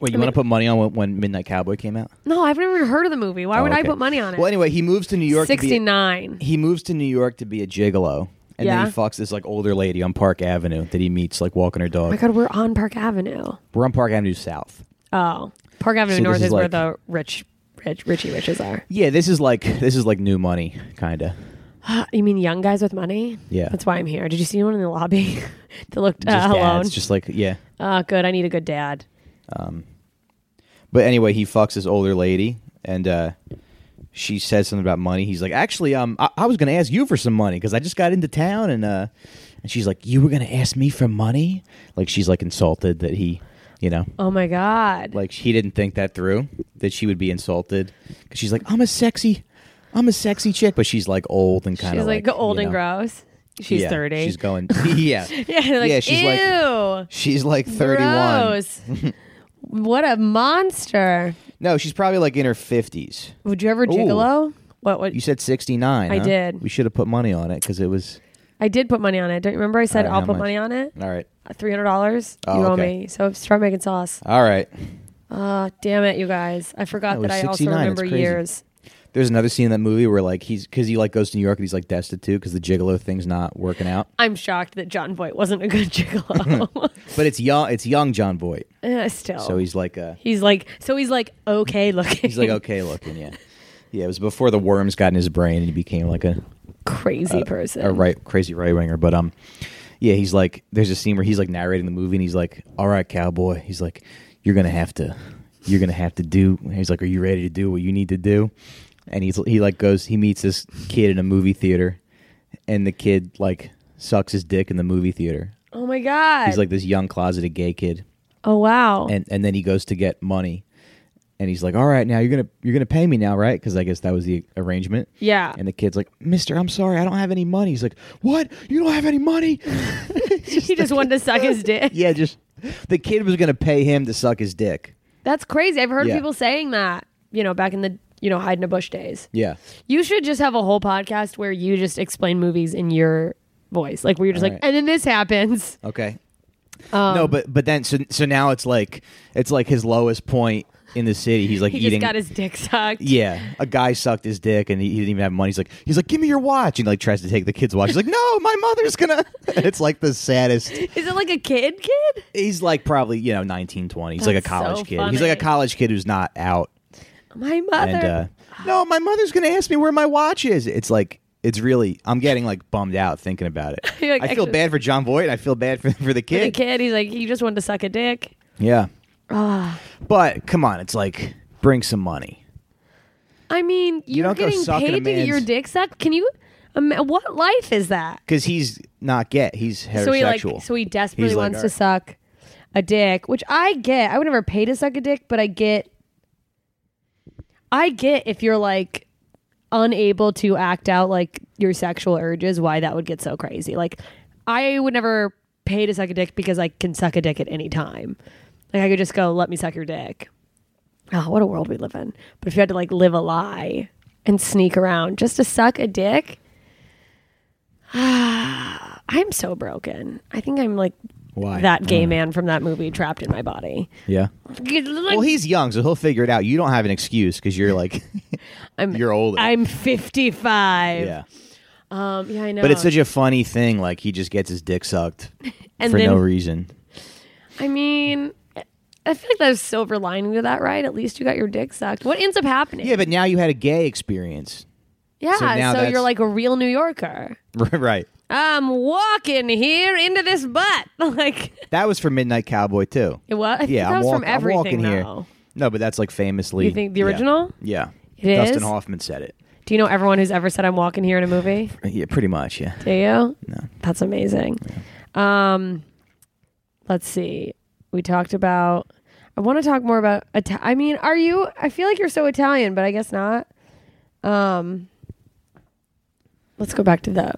S3: Wait, you want to put money on when, when Midnight Cowboy came out?
S2: no. I've never even heard of the movie. Why would Oh, I
S3: Oh, Okay.
S2: put money on it? Oh
S3: Well, anyway, he moves to New York. to be-
S2: Sixty nine.
S3: he moves to New York to be a gigolo, and
S2: Yeah.
S3: then he fucks this like older lady on Park Avenue that he meets like walking her
S2: Oh my
S3: dog.
S2: god, we're on Park Avenue.
S3: We're on Park Avenue South.
S2: Oh, Park Avenue
S3: So this
S2: North is,
S3: is
S2: where
S3: like-
S2: the rich, rich, richy riches are.
S3: Yeah, this is like [laughs] this is like new money, kind of.
S2: Uh, You mean young guys with money?
S3: Yeah.
S2: That's why I'm here. Did you see one in the lobby [laughs] that looked uh,
S3: Just
S2: [laughs] alone?
S3: dads, just like yeah.
S2: oh, good. I need a good dad.
S3: But anyway, he fucks this older lady, and uh, she says something about money. He's like, actually, um, I, I was gonna ask you for some money because I just got into town, and uh, and she's like, you were gonna ask me for money? Like she's like insulted that he, you know.
S2: Oh my god.
S3: like he didn't think that through that she would be insulted because she's like i'm a sexy i'm a sexy chick but she's like old and kind of
S2: She's like, old
S3: you
S2: and
S3: know,
S2: gross. She's
S3: yeah,
S2: 30.
S3: she's going [laughs] yeah
S2: [laughs] yeah, they're like,
S3: yeah she's
S2: Ew,
S3: like she's like 31
S2: Gross. what a monster.
S3: no she's probably like in her 50s
S2: Would you ever gigolo? What would
S3: you said 69
S2: I
S3: huh?
S2: did.
S3: we should have put money on it because it was
S2: I did put money on it. Don't you remember I said
S3: All right,
S2: I'll
S3: how
S2: put
S3: much?
S2: money on it? Uh,
S3: all right
S2: Three hundred dollars.
S3: Oh,
S2: you owe
S3: okay.
S2: me. So start making sauce.
S3: all right
S2: Ah, damn it, you guys. I forgot
S3: That
S2: that
S3: was
S2: I also
S3: 69. That's
S2: remember
S3: crazy.
S2: years.
S3: There's another scene in that movie where like he's because he like goes to New York and he's like destitute because the gigolo thing's not working out.
S2: I'm shocked that John Voight wasn't a good
S3: [laughs]
S2: gigolo. [laughs]
S3: But it's young, it's young John Voight,
S2: Eh, Still,
S3: so he's like uh,
S2: he's like so he's like okay looking. [laughs]
S3: he's like okay looking, yeah, yeah. It was before the worms got in his brain and he became like a
S2: crazy person.
S3: a right crazy right winger, but um, yeah, he's like there's a scene where he's like narrating the movie and he's like, "All right, cowboy," he's like, "You're gonna have to, you're gonna have to do." He's like, "Are you ready to do what you need to do?" And he's he like goes he meets this kid in a movie theater, and the kid like sucks his dick in the movie theater.
S2: Oh my god.
S3: He's like this young closeted gay kid,
S2: oh wow.
S3: and and then he goes to get money. And he's like, "All right, now you're gonna you're gonna pay me now, right? Because I guess that was the arrangement."
S2: yeah.
S3: And the kid's like, Mister, I'm sorry, I don't have any money. He's like, What? You don't have any money?
S2: he just wanted to suck his dick.
S3: yeah, just the kid was gonna pay him to suck his dick.
S2: [laughs] That's crazy. I've heard
S3: Yeah.
S2: people saying that. You know, back in the you know hide in a bush days.
S3: Yeah.
S2: You should just have a whole podcast where you just explain movies in your voice, like where you're just
S3: All
S2: like,
S3: right.
S2: and then this happens. [laughs]
S3: Okay.
S2: Um,
S3: no, but but then so so now it's like it's like his lowest point in the city. He's like
S2: He
S3: eating.
S2: just got his dick sucked.
S3: yeah, a guy sucked his dick and he, he didn't even have money. He's like, he's like, give me your watch, and like tries to take the kid's watch. He's like, [laughs] no, my mother's gonna. [laughs] it's like the saddest.
S2: Is it like a kid? Kid?
S3: He's like probably you know 19, 20. He's like a
S2: That's so
S3: college kid. He's like
S2: funny.
S3: a college kid who's not out
S2: My mother.
S3: and uh, no, my mother's gonna ask me where my watch is. It's like it's really I'm getting like bummed out thinking about it.
S2: [laughs] You're like,
S3: I feel
S2: actually-
S3: bad for John Voight. and I feel bad for [laughs] for the kid.
S2: the kid. He's like, he just wanted to suck a dick.
S3: Yeah.
S2: Ah.
S3: But come on, it's like bring some money.
S2: I mean, you're
S3: don't go
S2: getting
S3: sucking a
S2: paid to get
S3: man's-
S2: your dick sucked. Can you? Um, what life is that?
S3: Because he's not gay. He's heterosexual.
S2: So he like, so he desperately
S3: He's like,
S2: wants
S3: "All
S2: to
S3: right."
S2: suck a dick, which I get. I would never pay to suck a dick, but I get. I get if you're like unable to act out like your sexual urges, why that would get so crazy. Like, I would never pay to suck a dick because I can suck a dick at any time. Like, I could just go, let me suck your dick. Oh, what a world we live in. But if you had to like live a lie and sneak around just to suck a dick, [sighs] I'm so broken. I think I'm like
S3: Why?
S2: that gay man from that movie trapped in my body.
S3: Yeah. Well,
S2: Well,
S3: he's young, so he'll figure it out. You don't have an excuse because you're like
S2: [laughs] I'm,
S3: [laughs] you're older.
S2: I'm 55.
S3: yeah.
S2: Um, yeah, I know.
S3: But it's such a funny thing. Like he just gets his dick sucked
S2: [laughs] And
S3: for no
S2: then-
S3: reason.
S2: I mean, I feel like there's silver lining to that, right? At least you got your dick sucked. What ends up happening?
S3: Yeah, but now you had a gay experience. [laughs]
S2: Yeah,
S3: so now
S2: so
S3: that's-
S2: you're like a real New Yorker.
S3: right.
S2: I'm walking here into this butt. [laughs] Like
S3: That was for Midnight Cowboy too.
S2: it was. I think
S3: Yeah,
S2: that
S3: I'm,
S2: was
S3: walk-
S2: from
S3: I'm walking
S2: everything
S3: here.
S2: though.
S3: No, but that's like famously.
S2: You think the
S3: yeah.
S2: original?
S3: Yeah,
S2: It
S3: Dustin
S2: is?
S3: Hoffman said it.
S2: Do you know everyone who's ever said I'm walking here in a movie?
S3: Yeah, pretty much. Yeah.
S2: Do you?
S3: No.
S2: That's amazing. Um, let's see. We talked about. I want to talk more about. Ita- I mean, are you? I feel like you're so Italian, but I guess not. Um, let's go back to the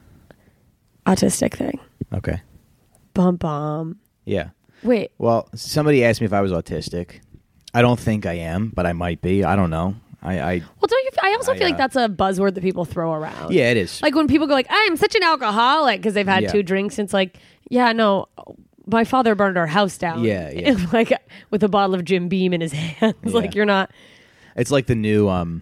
S2: autistic thing.
S3: Okay.
S2: Bum bum.
S3: Yeah.
S2: Wait,
S3: Well, somebody asked me if I was autistic. I don't think I am, but I might be. I don't know. I. I
S2: well, don't you? f- I also
S3: I,
S2: feel like
S3: uh,
S2: that's a buzzword that people throw around.
S3: yeah, it is.
S2: like when people go like, "I'm such an alcoholic" because they've had
S3: Yeah.
S2: two drinks. It's like, yeah, no, my father burned our house down. [laughs]
S3: Yeah, yeah.
S2: like with a bottle of Jim Beam in his [laughs] hands. Like you're not.
S3: it's like the new. Um.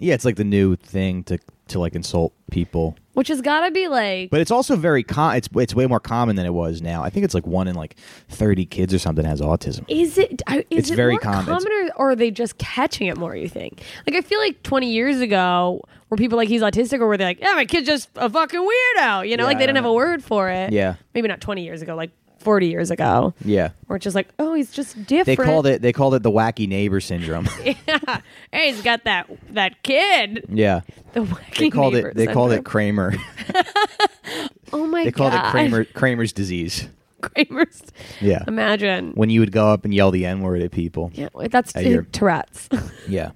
S3: Yeah, it's like the new thing to to like insult people.
S2: which has got to be like
S3: But it's also very com- it's it's way more common than it was now. I think it's like one in like 30 kids or something has autism.
S2: is it I- is
S3: It's
S2: it
S3: very
S2: more
S3: common.
S2: common or, or are they just catching it more you think like i feel like 20 years ago were people like he's autistic or were they like yeah my kid's just a fucking weirdo you know
S3: Yeah,
S2: like they didn't
S3: I don't
S2: have a
S3: know.
S2: word for it
S3: Yeah.
S2: maybe not 20 years ago like 40 years ago
S3: Yeah.
S2: or just like oh he's just different
S3: They called it they called it the wacky neighbor syndrome. [laughs]
S2: hey he's got that that kid
S3: yeah.
S2: the wacky
S3: They called
S2: neighbor
S3: it they called it
S2: syndrome.
S3: Kramer. [laughs]
S2: oh my
S3: They called
S2: god
S3: it Kramer Kramer's disease.
S2: [laughs] kramer's
S3: Yeah.
S2: imagine
S3: When you would go up and yell the N word at people.
S2: yeah, that's
S3: I hear-
S2: tourette's [laughs]
S3: Yeah.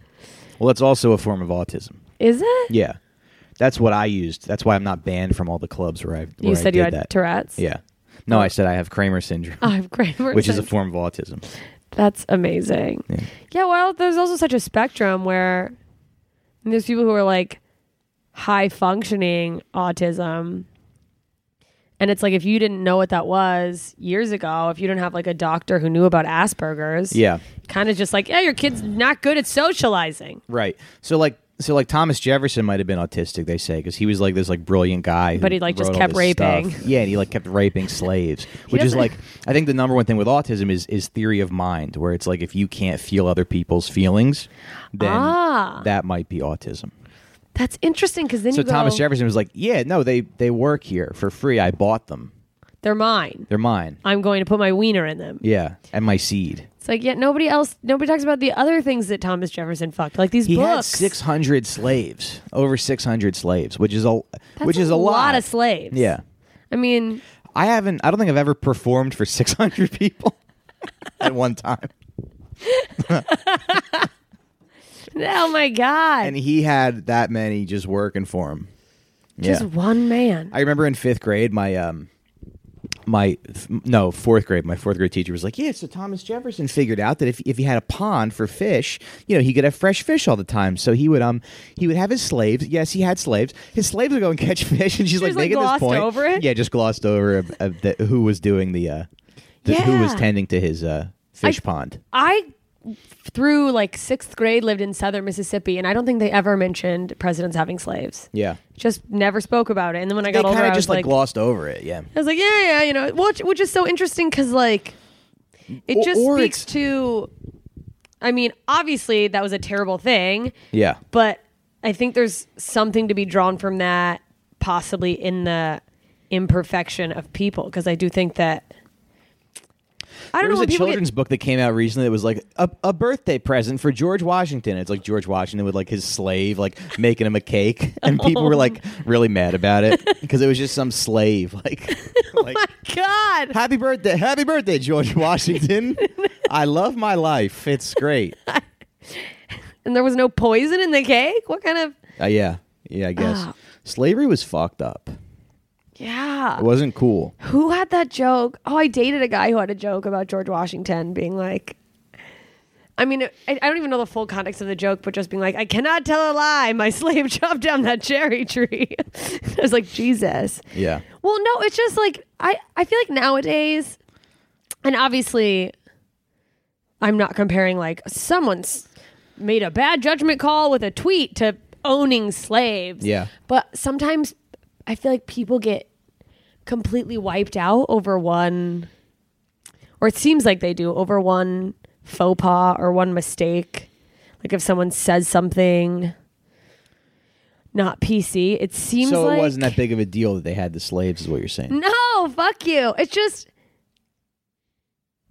S3: Well, that's also a form of autism.
S2: is it
S3: Yeah. That's what I used. That's why I'm not banned from all the clubs where I
S2: you
S3: where I
S2: said you
S3: did
S2: had
S3: that.
S2: tourette's Oh,
S3: Yeah. No, I said I have
S2: [laughs]
S3: Kramer syndrome,
S2: I have Kramer's
S3: which is a
S2: syndrome.
S3: form of autism.
S2: That's amazing. Yeah. well, there's also such a spectrum where there's people who are like high functioning autism. And it's like if you didn't know what that was years ago, if you didn't have like a doctor who knew about Asperger's,
S3: Yeah.
S2: kind of just like, yeah, your kid's not good at socializing.
S3: Right. So like so like Thomas Jefferson might have been autistic, they say, because he was like this like brilliant guy, who
S2: But he, like, just
S3: wrote all
S2: kept
S3: this stuff.
S2: raping.
S3: [laughs] Yeah, and he like kept raping
S2: [laughs]
S3: slaves, which is
S2: doesn't-
S3: like I think the number one thing with autism is is theory of mind, where it's like if you can't feel other people's feelings, then
S2: Ah.
S3: that might be autism.
S2: That's interesting because then
S3: So
S2: you go,
S3: Thomas Jefferson was like, yeah, no, they they work here for free. I bought them.
S2: they're mine.
S3: They're mine.
S2: I'm going to put my wiener in them.
S3: Yeah, and my seed.
S2: It's like, yet nobody else, nobody talks about the other things that Thomas Jefferson fucked, like these
S3: He
S2: books.
S3: had 600 slaves, over 600 slaves, which is a
S2: That's
S3: which is a
S2: lot.
S3: lot.
S2: of slaves.
S3: Yeah.
S2: I mean,
S3: I haven't. I don't think I've ever performed for [laughs] 600 people [laughs] at one time.
S2: oh my god,
S3: And he had that many just working for him.
S2: just
S3: yeah.
S2: one man.
S3: I remember in fifth grade, my um, my f- no fourth grade, my fourth grade teacher was like, "Yeah, so Thomas Jefferson figured out that if if he had a pond for fish, you know, he could have fresh fish all the time. So he would um, he would have his slaves. Yes, he had slaves. His slaves would go and [laughs] catch fish, and she's like
S2: was, like,
S3: making
S2: glossed
S3: this point.
S2: over it?
S3: Yeah, just glossed over of, of the, who was doing the uh, the, who was
S2: Yeah.
S3: tending to his uh fish pond.
S2: I through like sixth grade lived in southern Mississippi, and I don't think they ever mentioned presidents having slaves.
S3: Yeah,
S2: Just never spoke about it. And then when I
S3: they
S2: got older,
S3: kind
S2: I
S3: of
S2: was
S3: just like,
S2: like,
S3: glossed over it. Yeah,
S2: I was like, yeah, yeah, you know, which, which is so interesting because like it
S3: Or-
S2: just
S3: or
S2: speaks
S3: it's-
S2: to. I mean, obviously that was a terrible thing,
S3: yeah.
S2: but I think there's something to be drawn from that, possibly in the imperfection of people, because I do think that. I don't
S3: There
S2: know
S3: was a
S2: when people get- [laughs]
S3: children's book that came out recently that was like a, a birthday present for George Washington. It's like George Washington with like his slave, like making him a cake,
S2: [laughs]
S3: and people were
S2: Oh.
S3: like really mad about it because it was just some slave,
S2: [laughs]
S3: like, like
S2: God,
S3: happy birthday, happy birthday, George Washington. I love my life. It's
S2: [laughs]
S3: great.
S2: and there was no poison in the cake. What kind of?
S3: Uh, yeah, yeah, I guess
S2: Ah.
S3: slavery was fucked up.
S2: Yeah.
S3: It wasn't cool.
S2: Who had that joke? Oh, I dated a guy who had a joke about George Washington being like, I mean, I, I don't even know the full context of the joke, but just being like, I cannot tell a lie. My [laughs] slave chopped down that cherry tree. [laughs] I was like, Jesus. [laughs]
S3: Yeah,
S2: Well, no, it's just like, I, I feel like nowadays, and obviously, I'm not comparing like someone's made a bad judgment call with a tweet to owning slaves.
S3: yeah.
S2: But sometimes I feel like people get completely wiped out over one, or it seems like they do, over one faux pas or one mistake. Like if someone says something not PC, it seems
S3: So
S2: like.
S3: it wasn't that big of a deal that they had the slaves, is what you're saying.
S2: No, fuck you. It's just.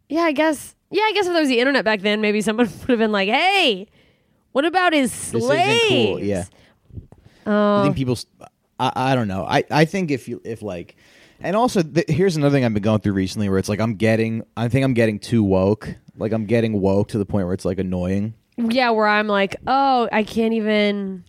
S2: Yeah, I guess. Yeah, I guess if there was the internet back then, maybe someone [laughs] would have been like, hey, what about his slaves?
S3: This isn't cool. Yeah. I think people. s- I, I don't know. I, I think if you if like, and also th- here's another thing I've been going through recently where it's like I'm getting. I think I'm getting too woke. Like I'm getting woke to the point where it's like annoying.
S2: yeah where i'm like oh i can't even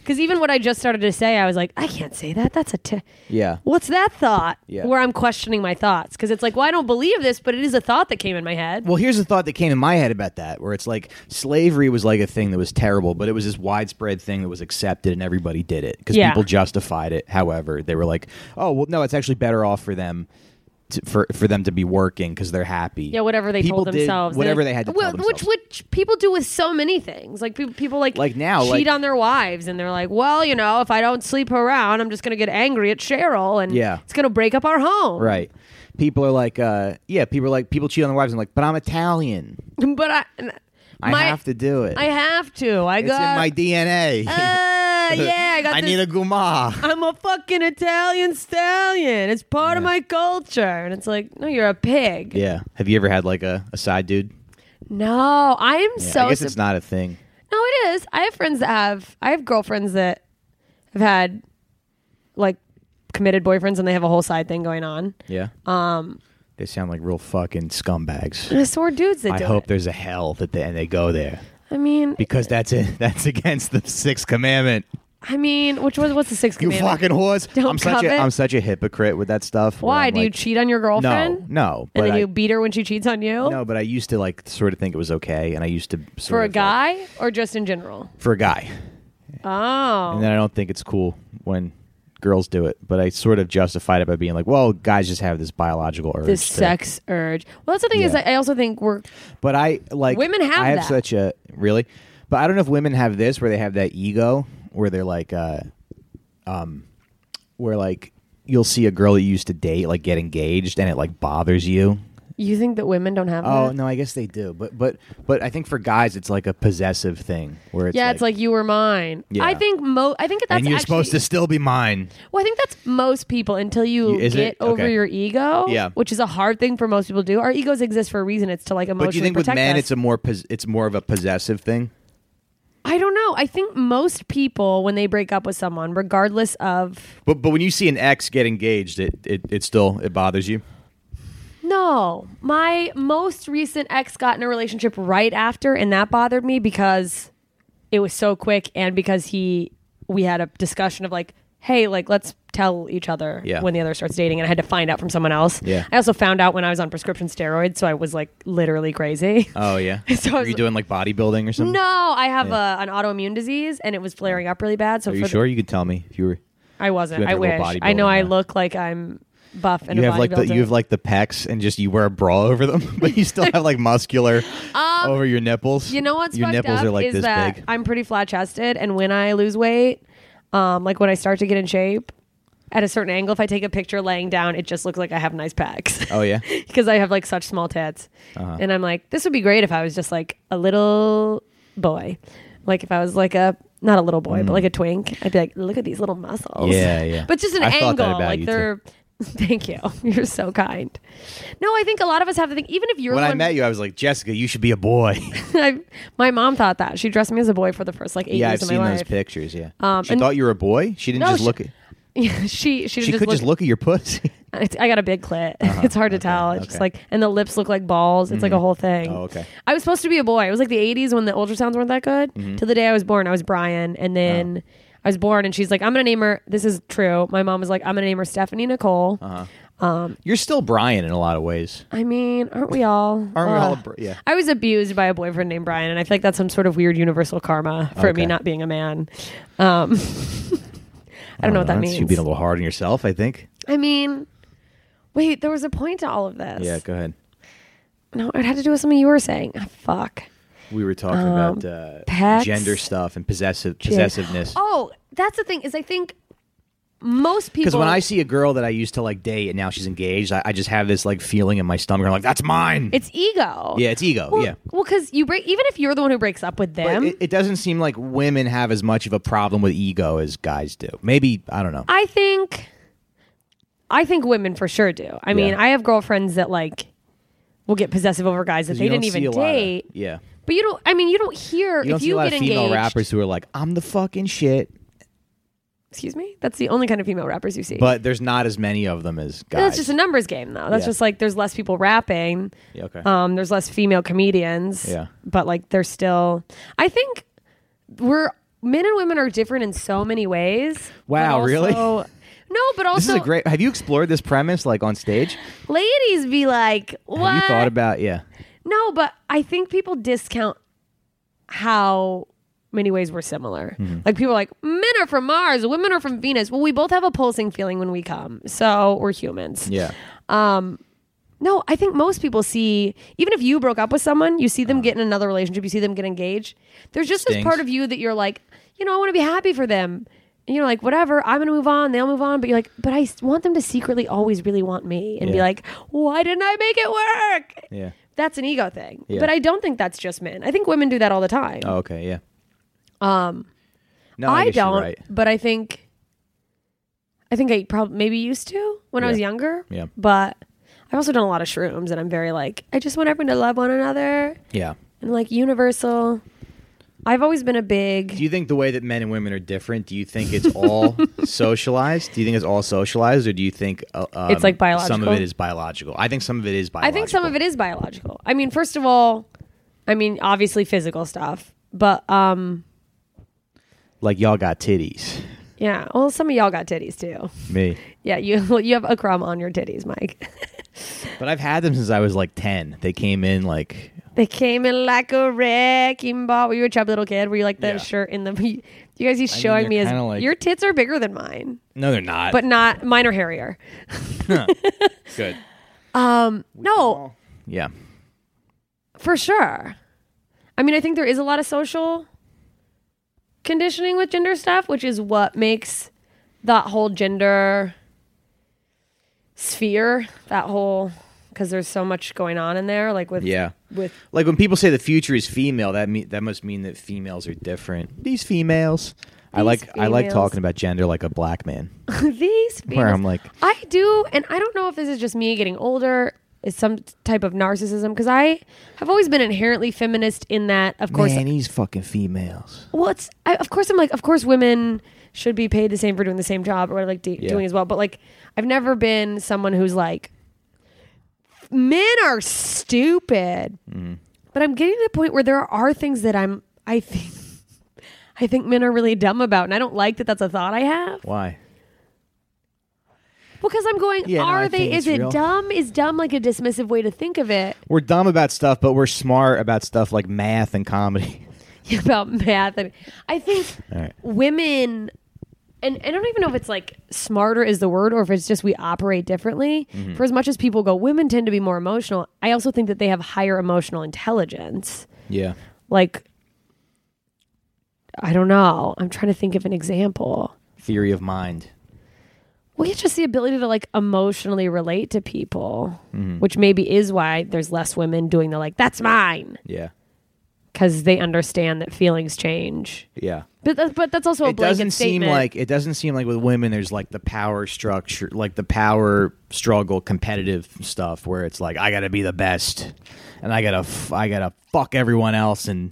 S2: because even what i just started to say i was like i can't say that that's a t-
S3: Yeah.
S2: what's that thought
S3: Yeah.
S2: where i'm questioning my thoughts because it's like well i don't believe this but it is a thought that came in my head
S3: Well, here's the thought that came in my head about that, where it's like slavery was like a thing that was terrible, but it was this widespread thing that was accepted and everybody did it because
S2: Yeah.
S3: people justified it. However, they were like, "Oh, well, no, it's actually better off for them." To, for for them to be working because they're happy.
S2: yeah whatever they
S3: People
S2: told
S3: did
S2: themselves They're
S3: whatever
S2: like-
S3: they had to
S2: Well,
S3: tell themselves.
S2: which which people do with so many things like people, people like
S3: Like now,
S2: cheat
S3: like-
S2: on their wives and they're like well you know if i don't sleep around i'm just gonna get angry at cheryl and
S3: Yeah.
S2: it's gonna break up our home
S3: Right. People are like, uh, yeah, people are like, people cheat on their wives. I'm like, but I'm Italian.
S2: [laughs] but i
S3: I
S2: my-
S3: have to do it.
S2: i have to i
S3: it's
S2: got
S3: in my DNA.
S2: Uh, [laughs] yeah
S3: [laughs]
S2: i got
S3: I
S2: this
S3: need a guma.
S2: I'm a fucking Italian stallion. It's part of my culture. And it's like, no, you're a pig.
S3: Yeah. Have you ever had like a, a side dude?
S2: No, I am
S3: Yeah,
S2: so.
S3: I guess
S2: sup-
S3: it's not a thing.
S2: no, it is. I have friends that have. I have girlfriends that have had like committed boyfriends and they have a whole side thing going on.
S3: Yeah. Um. They sound like real fucking scumbags.
S2: There's sore dudes that
S3: I
S2: do
S3: hope
S2: it.
S3: there's a hell that they, and they go there
S2: I mean,
S3: because that's it. [laughs] That's against the sixth commandment.
S2: I mean, which was what's the sixth
S3: You
S2: commandment?
S3: fucking whore.
S2: Don't
S3: I'm such
S2: covet.
S3: a I'm such a hypocrite with that stuff. where
S2: Why
S3: I'm
S2: do you
S3: like,
S2: cheat on your
S3: No,
S2: girlfriend?
S3: no. But
S2: And then
S3: I-
S2: you beat her when she cheats on you
S3: No, but I used to like sort of think it was okay, and I used to sort
S2: for a
S3: of, like-
S2: guy or just in general?
S3: for a guy,
S2: Oh,
S3: and then I don't think it's cool when girls do it. But I sort of justified it by being like, well, guys just have this biological urge.
S2: this
S3: to-
S2: sex urge. Well, that's the thing is,
S3: Yeah.
S2: I I also think we're
S3: But I like
S2: Women have
S3: I have
S2: that.
S3: such a really. But I don't know if women have this where they have that ego where they're like, uh, um, where like you'll see a girl that you used to date like get engaged and it like bothers you.
S2: You think that women don't have
S3: Oh
S2: that?
S3: no, I guess they do. But but but I think for guys it's like a possessive thing where it's
S2: yeah,
S3: like,
S2: it's like you were mine.
S3: Yeah.
S2: I think mo. I think that's
S3: and you're
S2: actually- Oh,
S3: supposed to still be mine.
S2: Well, I think that's most people until you
S3: You- is
S2: get
S3: it?
S2: over
S3: Okay.
S2: your ego,
S3: Yeah.
S2: which is a hard thing for most people to do. Our egos exist for a reason. It's to like emotionally
S3: But do you think with
S2: protect
S3: men
S2: us.
S3: it's a more pos- it's more of a possessive thing?
S2: I don't know. I think most people when they break up with someone, regardless of
S3: But but when you see an ex get engaged, it it, it still it bothers you.
S2: no, my most recent ex got in a relationship right after, and that bothered me because it was so quick, and because he we had a discussion of like. Hey, like, let's tell each other
S3: Yeah.
S2: when the other starts dating, and I had to find out from someone else.
S3: Yeah.
S2: I also found out when I was on prescription steroids, so I was like literally
S3: [laughs]
S2: crazy.
S3: Oh yeah.
S2: So I
S3: Are
S2: was
S3: you
S2: like-
S3: doing like bodybuilding or
S2: [laughs]
S3: something?
S2: No, I have a, an autoimmune disease and it was flaring up really bad. So
S3: Are
S2: for
S3: you
S2: the-
S3: sure you could tell me if you were?
S2: I wasn't.
S3: You
S2: I
S3: have to go
S2: wish. I
S3: bodybuilding
S2: know I
S3: now.
S2: look like I'm buff and
S3: You
S2: a
S3: have like the
S2: bodybuilder.
S3: you have like the pecs and just you wear a bra over them, [laughs] but you still have like muscular over your nipples.
S2: Um, you know what's
S3: your
S2: fucked
S3: nipples
S2: up
S3: are like
S2: is
S3: this
S2: that
S3: big.
S2: I'm pretty flat chested, and when I lose weight, um, like when I start to get in shape, at a certain angle, if I take a picture laying down, it just looks like I have nice pecs. [laughs]
S3: Oh Uh-huh. yeah.
S2: because I have like such small tits. And I'm like, this would be great if I was just like a little boy. Like if I was like a not a little boy, but like a twink, I'd be like, look at these little muscles.
S3: Mm. Yeah, yeah.
S2: But just an
S3: I
S2: angle.
S3: thought that about
S2: like
S3: you, too.
S2: they're [laughs] thank you. You're so kind. No, I think a lot of us have the thing, even if you're
S3: When
S2: the
S3: I
S2: one-
S3: met you, I was like, Jessica, you should be a boy.
S2: [laughs] I- my mom thought that. She dressed me as a boy for the first like eight
S3: yeah, I've
S2: years of
S3: seen
S2: my
S3: those
S2: life. Um,
S3: pictures. Yeah. she
S2: and-
S3: thought you were a boy. She didn't
S2: No,
S3: just
S2: she-
S3: look. At,
S2: [laughs] she she,
S3: she
S2: just
S3: could
S2: looked,
S3: just look at your pussy. [laughs]
S2: I got a big clit. [laughs] it's hard to tell. It's just
S3: okay.
S2: like and the lips look like balls. It's like a whole thing.
S3: Oh, okay.
S2: I was supposed to be a boy. It was like the 80s when the ultrasounds weren't that good.
S3: Mm-hmm.
S2: Till the day I was born, I was Brian. And
S3: Uh-huh.
S2: then I was born, and she's like, I'm going to name her. This is true. My mom was like, I'm going to name her Stephanie Nicole.
S3: Uh-huh. You're still Brian in a lot of ways.
S2: I mean, aren't we all?
S3: Aren't we
S2: Ugh.
S3: all? Br- yeah.
S2: I was abused by a boyfriend named Brian, and I feel like that's some sort of weird universal karma for me
S3: Okay.
S2: not being a man. Um, [laughs] I don't know what that means.
S3: You being a little hard on yourself, I think.
S2: I mean, wait, there was a point to all of this.
S3: Yeah. Go ahead.
S2: No, it had to do with something you were saying. Ah, fuck.
S3: We were talking
S2: Um,
S3: about uh,
S2: pecs.
S3: gender stuff and possessive
S2: Yeah.
S3: possessiveness.
S2: Oh, that's the thing is I think most people.
S3: Because when I see a girl that I used to like date and now she's engaged, I, I just have this like feeling in my stomach. I'm like, that's mine.
S2: it's ego.
S3: yeah, it's ego.
S2: Well,
S3: yeah.
S2: Well, because you break even if you're the one who breaks up with
S3: But
S2: them.
S3: it, it doesn't seem like women have as much of a problem with ego as guys do. Maybe I don't know.
S2: I think, I think women for sure do. I mean,
S3: Yeah.
S2: I have girlfriends that like will get possessive over guys that they
S3: You don't
S2: didn't
S3: see
S2: even
S3: a lot of-
S2: date.
S3: yeah,
S2: But you don't. I mean, you don't hear
S3: you don't
S2: if
S3: see
S2: you
S3: a lot
S2: get
S3: of female
S2: engaged.
S3: rappers who are like, "I'm the fucking shit,"
S2: Excuse me. That's the only kind of female rappers you see.
S3: but there's not as many of them as guys.
S2: that's just a numbers game, though. That's
S3: Yeah.
S2: just like there's less people rapping.
S3: Yeah, okay.
S2: Um, there's less female comedians.
S3: Yeah.
S2: But like there's still I think we're men and women are different in so many ways. but
S3: Wow, really? [laughs]
S2: also- No, but also
S3: this is a great. Have you explored this premise like on stage?
S2: ladies be like, what?
S3: Have you thought about? Yeah,
S2: no, but I think people discount how many ways we're similar.
S3: Mm-hmm.
S2: Like people are like, men are from Mars, women are from Venus. Well, we both have a pulsing feeling when we come. So we're humans.
S3: yeah.
S2: No, I think most people see, even if you broke up with someone, you see
S3: Uh-huh.
S2: them get in another relationship, you see them get engaged. There's just this
S3: Stings.
S2: part of you that you're like, you know, I want to be happy for them. And you're like, whatever, I'm going to move on, they'll move on. But you're like, but I s- want them to secretly always really want me and be
S3: Yeah.
S2: like, why didn't I make it work?
S3: Yeah.
S2: That's an ego thing.
S3: Yeah.
S2: But I don't think that's just men. I think women do that all the time. Um,
S3: Oh, okay. Yeah. Um. No,
S2: I,
S3: I, guess you're
S2: don't,
S3: right.
S2: but I think, I think I probably maybe used to when I
S3: Yeah.
S2: was younger.
S3: Yeah.
S2: But I've also done a lot of shrooms, and I'm very like, I just want everyone to love one another
S3: Yeah.
S2: and like universal. I've always been a big.
S3: Do you think the way that men and women are different? Do you think it's
S2: [laughs]
S3: all socialized? Do you think it's all socialized, or do you think uh, um,
S2: It's, like,
S3: Some
S2: biological?
S3: of it is biological. I think some of it is
S2: I
S3: biological.
S2: think some of it is biological. I mean, first of all, I mean obviously physical stuff, but um,
S3: like y'all got titties.
S2: yeah. Well, some of y'all got titties too.
S3: Me,
S2: Yeah, you [laughs] you have a crumb on your titties, Mike.
S3: but I've had them since I was like ten. They came in like
S2: They came in like a wrecking ball. Were you a chubby little kid? Were you like the
S3: Yeah.
S2: shirt in the? [laughs] You guys, he's showing
S3: they're
S2: me
S3: kinda
S2: as
S3: like-
S2: your tits are bigger than mine,
S3: no, they're not.
S2: but not mine are hairier.
S3: good.
S2: No,
S3: Yeah,
S2: for sure. I mean, I think there is a lot of social conditioning with gender stuff, which is what makes that whole gender sphere, that whole because there's so much going on in there, like with
S3: Yeah.
S2: with [laughs]
S3: Like when people say the future is female, that mean that must mean that females are different. These females. I
S2: These
S3: like I like
S2: females.
S3: talking about gender like a black man.
S2: these.
S3: Where I'm
S2: females.
S3: like-
S2: I do, and I don't know if this is just me getting older. Is some type of narcissism because I have always been inherently feminist in that, of course,
S3: Man, these fucking females.
S2: well it's I, of course i'm like of course women should be paid the same for doing the same job or like d-
S3: Yeah.
S2: doing as well but like i've never been someone who's like men are stupid but i'm getting to the point where there are things that i'm i think [laughs] i think men are really dumb about and i don't like that that's a thought i have
S3: Why?
S2: because i'm going
S3: Yeah, no,
S2: are
S3: I
S2: they
S3: think
S2: is
S3: it's
S2: it
S3: real.
S2: dumb is dumb like a dismissive way to think of it [laughs]
S3: We're dumb about stuff, but we're smart about stuff like math and comedy.
S2: about math. And I think
S3: All [laughs] right.
S2: women, and I don't even know if it's like smarter is the word or if it's just we operate differently.
S3: Mm-hmm.
S2: For as much as people go, women tend to be more emotional. I also think that they have higher emotional intelligence.
S3: Yeah.
S2: Like, I don't know. I'm trying to think of an example.
S3: Theory of mind.
S2: Well, it's just the ability to like emotionally relate to people,
S3: Mm-hmm.
S2: which maybe is why there's less women doing the like, that's mine,
S3: Yeah.
S2: because they understand that feelings change.
S3: Yeah.
S2: But that's, but that's also a
S3: it
S2: blanket
S3: doesn't seem
S2: statement.
S3: like it doesn't seem like with women there's like the power structure like the power struggle competitive stuff where it's like i gotta be the best and i gotta f- i gotta fuck everyone else and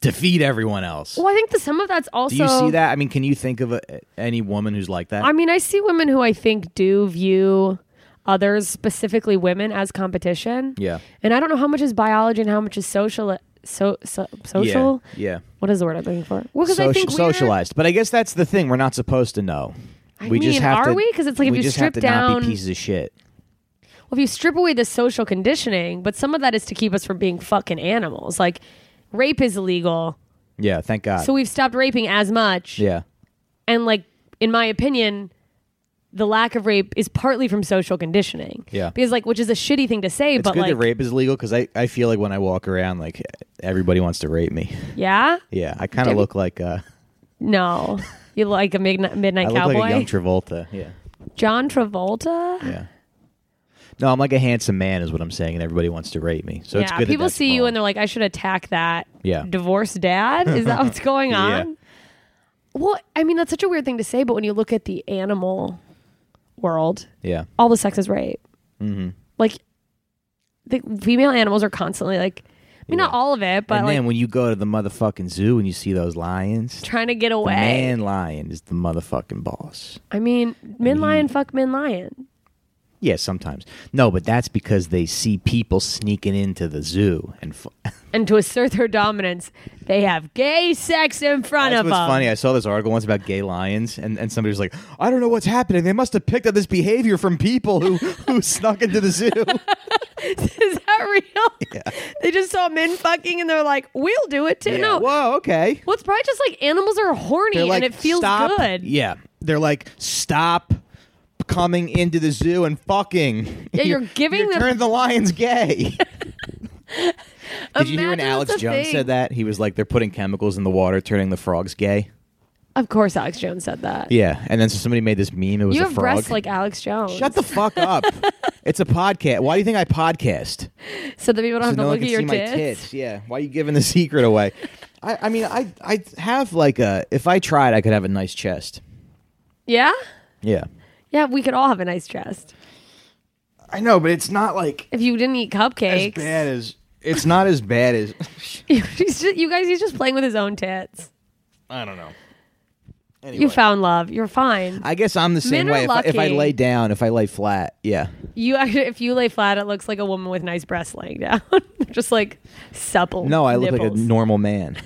S3: defeat everyone else
S2: Well, I think that some of that's also.
S3: do you see that i mean can you think of a, any woman who's like that
S2: I mean, I see women who I think do view others, specifically women, as competition.
S3: yeah
S2: And I don't know how much is biology and how much is social. So, so social.
S3: yeah,
S2: What is the word I'm looking for? Well, because
S3: Soci-
S2: I think we're-
S3: socialized but i guess that's the thing we're not supposed to know
S2: I
S3: we just
S2: mean,
S3: have
S2: are
S3: to
S2: we? 'Cause it's like if
S3: we
S2: you
S3: just
S2: strip
S3: have to not
S2: down-
S3: be pieces of shit
S2: Well, if you strip away the social conditioning, but some of that is to keep us from being fucking animals. Like, rape is illegal,
S3: yeah thank god
S2: so we've stopped raping as much.
S3: yeah
S2: And like, in my opinion. The lack of rape is partly from social conditioning.
S3: Yeah.
S2: Because, like, which is a shitty thing to say,
S3: it's
S2: but
S3: good
S2: like,
S3: that rape is legal because I, I feel like when I walk around, like everybody wants to rape me. [laughs]
S2: yeah?
S3: Yeah, I kind of
S2: Damn.
S3: look like uh,
S2: No. You look like a midnight, midnight
S3: I look
S2: cowboy?
S3: like a young Travolta. Yeah,
S2: John Travolta?
S3: yeah. No, I'm like a handsome man, is what I'm saying, and everybody wants to rape me. So it's
S2: yeah,
S3: good. that
S2: people
S3: that's
S2: see you
S3: wrong.
S2: and they're like, I should attack that
S3: Yeah.
S2: divorced dad. Is that what's going
S3: [laughs] Yeah.
S2: on? Well, I mean, that's such a weird thing to say, but when you look at the animal world,
S3: yeah,
S2: all the sex is rape.
S3: Mm-hmm.
S2: Like, the female animals are constantly like, I mean, not all of it, but
S3: and
S2: like
S3: then when you go to the motherfucking zoo and you see those lions,
S2: trying to get
S3: the
S2: away.
S3: man lion is the motherfucking boss.
S2: I mean, men lion fuck men lion.
S3: Yeah, sometimes no, but that's because they see people sneaking into the zoo, and f-
S2: And to assert their dominance, they have gay sex in front
S3: That's
S2: of
S3: what's
S2: them.
S3: funny. I saw this article once about gay lions, and, and somebody was like, I don't know what's happening. They must have picked up this behavior from people who, [laughs] who snuck into
S2: [laughs]
S3: the zoo.
S2: [laughs] Is that
S3: [laughs]
S2: real? They just saw men fucking and they're like, we'll do it too. No. Well,
S3: Whoa, okay.
S2: it's probably just like animals are horny
S3: They're like,
S2: and it feels
S3: stop.
S2: good.
S3: Yeah. They're like, stop coming into the zoo and fucking.
S2: Yeah,
S3: [laughs]
S2: you're giving
S3: you
S2: them-
S3: turned the lions
S2: [laughs]
S3: gay. Did you hear
S2: Imagine
S3: when
S2: that's
S3: Alex
S2: a
S3: Jones
S2: thing.
S3: said that? He was like, they're putting chemicals in the water, turning the frogs gay.
S2: Of course, Alex Jones said that.
S3: Yeah. And then so somebody made this meme. It was
S2: you
S3: a
S2: have
S3: frog.
S2: breasts like Alex Jones.
S3: Shut the fuck [laughs] up. it's a podcast. Why do you think I podcast?
S2: so that people don't have to
S3: no
S2: look at
S3: one can
S2: your
S3: see my
S2: tits.
S3: tits. Yeah. Why are you giving the [laughs] secret away? I, I mean, I I have like a. If I tried, I could have a nice chest.
S2: Yeah?
S3: Yeah.
S2: Yeah, we could all have a nice chest.
S3: I know, but it's not like
S2: If you didn't eat
S3: as
S2: cupcakes,
S3: bad as. It's not as bad as. [laughs]
S2: He's just- [laughs] you guys, he's just playing with his own tits.
S3: I don't know.
S2: You found love. You're fine.
S3: I guess I'm the same
S2: Men are
S3: way. If I, if I
S2: lucky.
S3: lay down, if I lay flat, yeah.
S2: You actually, if you lay flat, it looks like a woman with nice breasts laying down, [laughs] just like supple.
S3: No, I look like a
S2: nipples.
S3: normal man.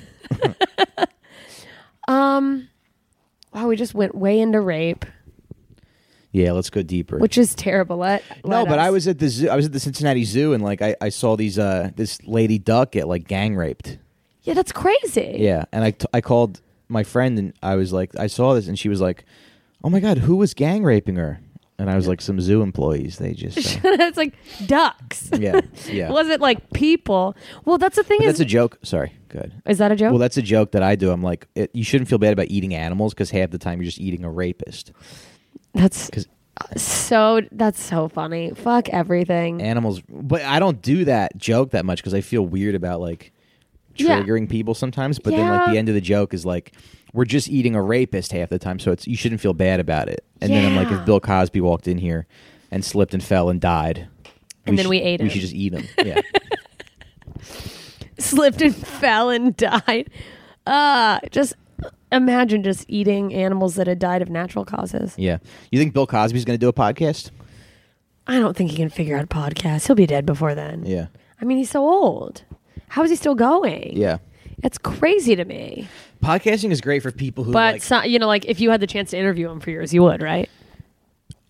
S2: Wow, we just went way into rape,
S3: Yeah, let's go deeper.
S2: which is terrible. Let,
S3: no,
S2: let
S3: but
S2: us-
S3: I was at the zoo. I was at the Cincinnati Zoo, and like I, I saw these uh this lady duck get like gang raped.
S2: yeah, that's crazy.
S3: Yeah, and I, t- I called my friend and I was like, I saw this, and she was like, "Oh my god, who was gang raping her?" And I was like, "Some zoo employees.
S2: [laughs]
S3: They just uh,
S2: it's like ducks.
S3: yeah, yeah."
S2: was it like people? Well, that's the thing
S3: But
S2: is Oh.
S3: that's a joke. Sorry. good.
S2: Is that a joke?
S3: Well, that's a joke that I do. I'm like, it, you shouldn't feel bad about eating animals because half the time you're just eating a rapist.
S2: that's
S3: 'Cause-
S2: so that's so funny. Fuck everything.
S3: Animals, but I don't do that joke that much because I feel weird about like
S2: Yeah.
S3: triggering people sometimes. But then like
S2: Yeah.
S3: the end of the joke is like, we're just eating a rapist half the time, so it's you shouldn't feel bad about it. And then I'm like,
S2: Yeah.
S3: if Bill Cosby walked in here and slipped and fell and died,
S5: And then we ate
S3: We
S5: him.
S3: should just eat him.
S5: [laughs]
S3: Yeah.
S2: Slipped and [laughs] fell and died. Uh just imagine just eating animals that had died of natural causes.
S3: Yeah. You think Bill Cosby's going to do a podcast?
S2: I don't think he can figure out a podcast. He'll be dead before then.
S3: Yeah.
S2: I mean, he's so old. How is he still going?
S3: Yeah.
S2: It's crazy to me.
S3: Podcasting is great for people who
S2: But
S3: like
S2: so, you know, like if you had the chance to interview him for years, you would, right?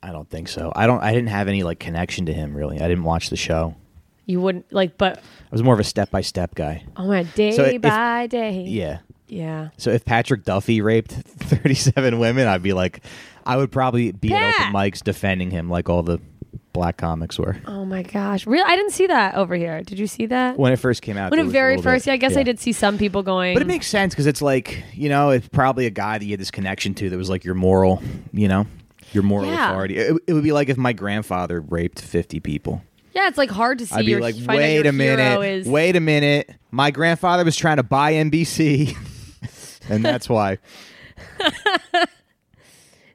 S3: I don't think so. I don't I didn't have any like connection to him really. I didn't watch the show.
S2: You wouldn't like, but
S3: I was more of a step-by-step guy.
S2: oh my, day
S3: So if-
S2: by day.
S3: Yeah.
S2: Yeah.
S3: So if Patrick Duffy raped [laughs] 37 women, I'd be like I would probably be at
S5: Pat!
S3: open mics defending him like all the black comics were.
S2: Oh my gosh, really? I didn't see that over here. Did you see that?
S3: When it first came out.
S2: When
S3: there
S2: it
S3: was a
S2: very
S3: little
S2: first,
S3: bit-
S2: yeah, I guess I did see some people going.
S3: But it makes sense because it's like you know, it's probably a guy that you had this connection to that was like your moral, you know, your moral
S2: Yeah.
S3: authority. It, it would be like if my grandfather raped fifty people.
S5: Yeah, it's like hard to see.
S3: I'd be
S5: your,
S3: like,
S5: find out
S3: wait
S5: your hero
S3: a minute,
S5: Is,
S3: wait a minute. My grandfather was trying to buy NBC, [laughs] and that's why.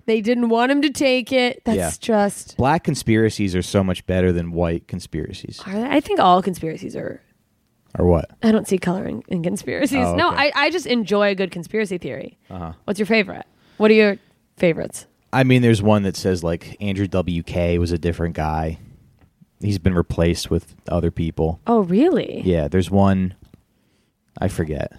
S2: they didn't want him to take it. That's
S3: Yeah.
S2: just.
S3: Black conspiracies are so much better than white conspiracies,
S2: Are they- I think all conspiracies are.
S3: or what?
S2: I don't see color in, in conspiracies.
S3: Oh,
S2: No, I,
S3: okay. Uh-huh.
S2: I just enjoy a good conspiracy theory. What's your favorite? What are your favorites?
S3: I mean, there's one that says like Andrew WK was a different guy. He's been replaced with other people.
S2: Oh, really?
S3: Yeah, there's one. I forget.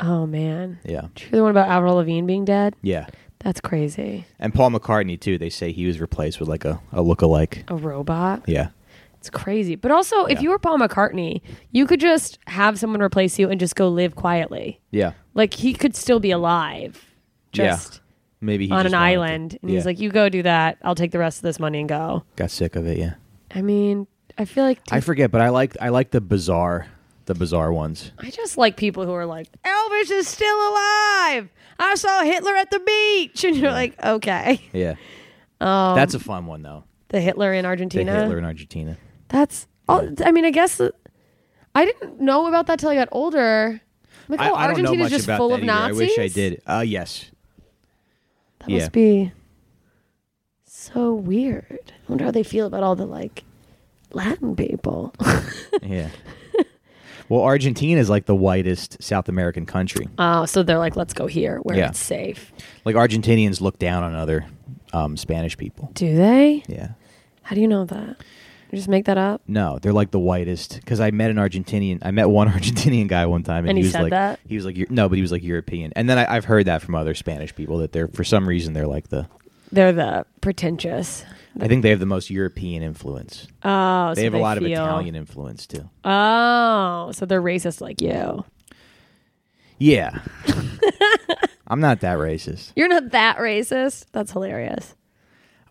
S2: Oh man.
S3: Yeah.
S2: Did you hear the one about Avril Lavigne being dead?
S3: Yeah.
S2: That's crazy.
S3: And Paul McCartney too. They say he was replaced with like a a lookalike.
S2: A robot.
S3: Yeah.
S2: It's crazy. But also, if
S3: Yeah.
S2: you were Paul McCartney, you could just have someone replace you and just go live quietly.
S3: Yeah.
S2: Like he could still be alive.
S3: Yeah.
S2: Just
S3: Maybe he
S2: on
S3: just
S2: an
S3: wanted to-
S2: island. And he's
S3: Yeah.
S2: like, You go do that, I'll take the rest of this money and go.
S3: got sick of it. Yeah.
S2: I mean, I feel like
S3: I forget, but I like I like the bizarre, the bizarre ones.
S2: I just like people who are like, Elvis is still alive. I saw Hitler at the beach. [laughs] And you're like, okay. Oh,
S3: Yeah, um, that's a fun one though.
S2: The Hitler in
S3: The
S2: Argentina.
S3: Hitler in Argentina.
S2: That's all. I mean, I guess uh, I didn't know about that till I got older. I'm like,
S3: I,
S2: oh,
S3: I don't know
S2: Argentina's
S3: much
S2: just
S3: about
S2: full
S3: that
S2: of
S3: either.
S2: Nazis.
S3: I wish I did. Uh yes.
S2: That
S3: Yeah.
S2: must be so weird. I wonder how they feel about all the like Latin people. [laughs]
S3: Yeah. [laughs] well, Argentina is like the whitest South American country.
S2: oh, so they're like, let's go here where
S3: Yeah.
S2: it's safe.
S3: Like Argentinians look down on other um, Spanish people.
S2: Do they?
S3: Yeah.
S2: How do you know that? You just make that up.
S3: No, they're like the whitest. Because I met an Argentinian. I met one [laughs] Argentinian guy one time, and,
S2: And he
S3: he was
S2: said
S3: like,
S2: that?
S3: he was like, Eu- no, but he was like European. And then I, I've heard that from other Spanish people that they're for some reason they're like the.
S2: They're the pretentious.
S3: I think they have the most European influence.
S2: Oh, so
S3: they have a lot
S2: feel,
S3: of Italian influence too.
S2: Oh, so they're racist like you. [laughs]
S3: Yeah, I'm not that racist.
S2: You're not that racist. That's hilarious.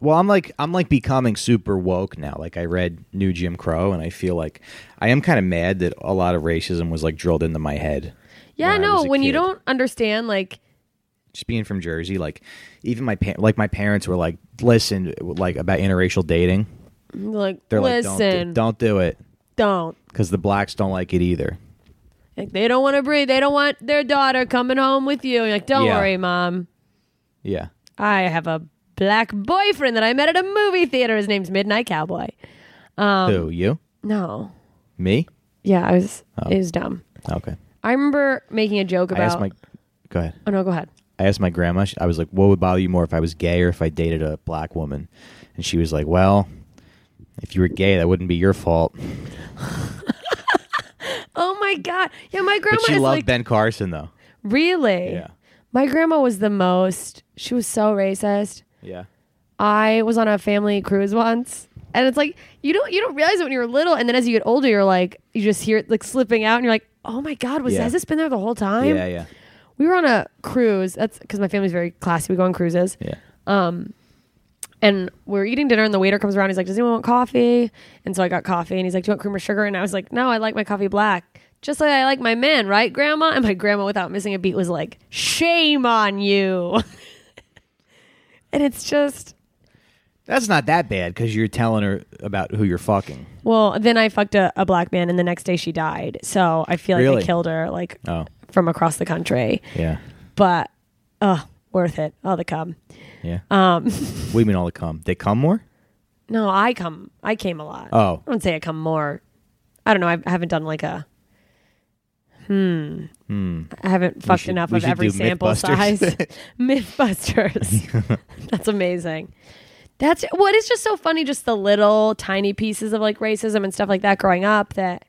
S3: Well, I'm like I'm like becoming super woke now. Like I read New Jim Crow, and I feel like I am kind of mad that a lot of racism was like drilled into my head.
S2: Yeah,
S3: when I
S2: no,
S3: was a
S2: when you
S3: kid.
S2: don't understand, like,
S3: just being from Jersey, like even my pa- like my parents were like, listen, like about interracial dating.
S2: like
S3: They're like, don't
S2: listen,
S3: do, don't do it
S2: don't.
S3: because the blacks don't like it either.
S2: Like, they don't want to breathe. They don't want their daughter coming home with you. You're like, don't
S3: Yeah.
S2: worry, mom.
S3: Yeah,
S2: I have a black boyfriend that I met at a movie theater. His name's Midnight Cowboy. Um,
S3: who you,
S2: No,
S3: me?
S2: yeah, I was. It was dumb.
S3: Okay,
S2: I remember making a joke
S3: Oh. I
S2: about.
S3: asked my go ahead.
S2: oh no, go ahead.
S3: I asked my grandma. sh- I was like, what would bother you more if I was gay or if I dated a black woman? And she was like, well, if you were gay, that wouldn't be your fault.
S2: Oh my god, yeah, my grandma
S3: But she
S2: is
S3: loved
S2: like
S3: Ben Carson though.
S2: really.
S3: Yeah,
S2: My grandma was the most. She was so racist.
S3: yeah.
S2: I was on a family cruise once, and it's like you don't you don't realize it when you're little, and then as you get older, you're like you just hear it like slipping out, and you're like, oh my god, was
S3: Yeah.
S2: has this been there the whole time?
S3: yeah, yeah,
S2: We were on a cruise. That's because my family's very classy. We go on cruises, Um,
S3: yeah.
S2: and we're eating dinner, and the waiter comes around. He's like, does anyone want coffee? And so I got coffee, and he's like, do you want cream or sugar? And I was like, no, I like my coffee black. Just like I like my men, right, Grandma? And my grandma, without missing a beat, was like, shame on you. [laughs] and it's just,
S3: That's not that bad because you're telling her about who you're fucking.
S2: well, then I fucked a, a black man, and the next day she died. So I feel like
S3: Really?
S2: I killed her, like
S3: Oh,
S2: from across the country.
S3: yeah,
S2: But, uh, worth it. Oh, the cum.
S3: yeah. Um, what do you mean all the cum? They come more?
S2: No, I come. I came a lot.
S3: Oh,
S2: I wouldn't say I come more. I don't know. I haven't done like a. Hmm. I haven't fucked
S3: should-
S2: enough
S3: we
S2: of
S3: should
S2: every
S3: do
S2: sample
S3: Mythbusters.
S2: size. [laughs] Mythbusters. [laughs] That's amazing. That's what it's just so funny. Just the little tiny pieces of like racism and stuff like that growing up that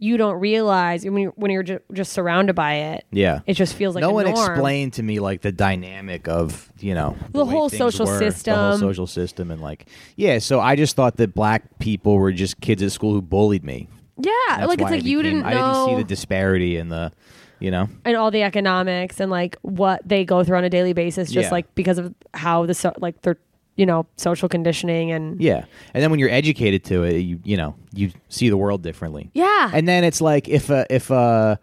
S2: you don't realize when you're, when you're ju- just surrounded by it.
S3: [laughs] yeah.
S2: It just feels like
S3: no
S2: a
S3: one
S2: norm.
S3: explained to me like the dynamic of you know
S2: The
S3: way
S2: whole
S3: things
S2: social
S3: were, the whole
S2: system.
S3: social system, and like yeah. So I just thought that black people were just kids at school who bullied me.
S2: Yeah,
S3: That's
S2: Uh, like
S3: why
S2: it's
S3: I
S2: like you
S3: became-
S2: didn't know.
S3: I didn't see the disparity in the, you know.
S2: and all the economics and like what they go through on a daily basis just
S3: Yeah.
S2: like because of how the so, like their you know social conditioning and
S3: Yeah, and then when you're educated to it, you you know you see the world differently.
S2: Yeah.
S3: and then it's like if a if a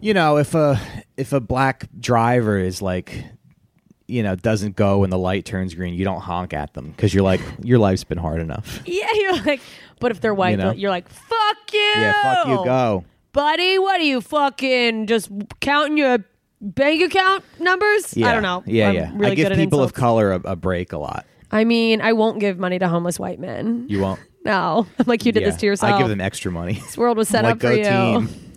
S3: you know if a if a black driver is like you know doesn't go when the light turns green, you don't honk at them because you're like your life's been hard enough.
S2: [laughs] yeah you're like but if they're white
S3: You know?
S2: you're like fuck you
S3: Yeah, fuck you, go.
S2: buddy what are you fucking just counting your bank account numbers
S3: Yeah.
S2: i don't know
S3: Yeah,
S2: I'm
S3: yeah.
S2: really
S3: I give
S2: good at
S3: people of
S2: insults.
S3: color a, a break a lot.
S2: i mean i won't give money to homeless white men
S3: You
S2: [laughs]
S3: won't.
S2: no i'm like you did
S3: Yeah.
S2: this to yourself
S3: I give them extra money.
S2: this world was
S3: [laughs]
S2: set
S3: like
S2: up for
S3: go
S2: you
S3: team.
S2: [laughs]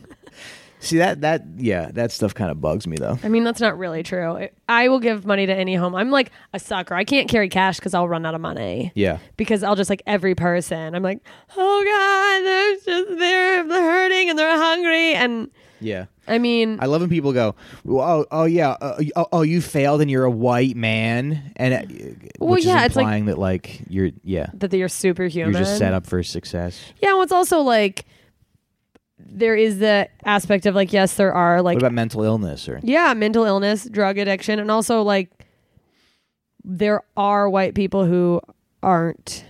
S3: See that that yeah that stuff kind of bugs me though.
S2: I mean, that's not really true. I- I will give money to any home. I'm like a sucker. I can't carry cash because I'll run out of money.
S3: Yeah.
S2: Because I'll just like every person. I'm like, oh God, they're just they're hurting and they're hungry. And
S3: Yeah.
S2: I mean,
S3: I love when people go, "Oh, oh yeah, uh, oh, oh, you failed and you're a white man," and uh,
S2: Well,
S3: which
S2: yeah,
S3: is
S2: it's like-
S3: implying that like you're yeah
S2: that you're superhuman.
S3: you're just set up for success.
S2: Yeah. Well, it's also like there is the aspect of like, yes, there are like
S3: What about mental illness or
S2: Yeah, mental illness, drug addiction, and also like there are white people who aren't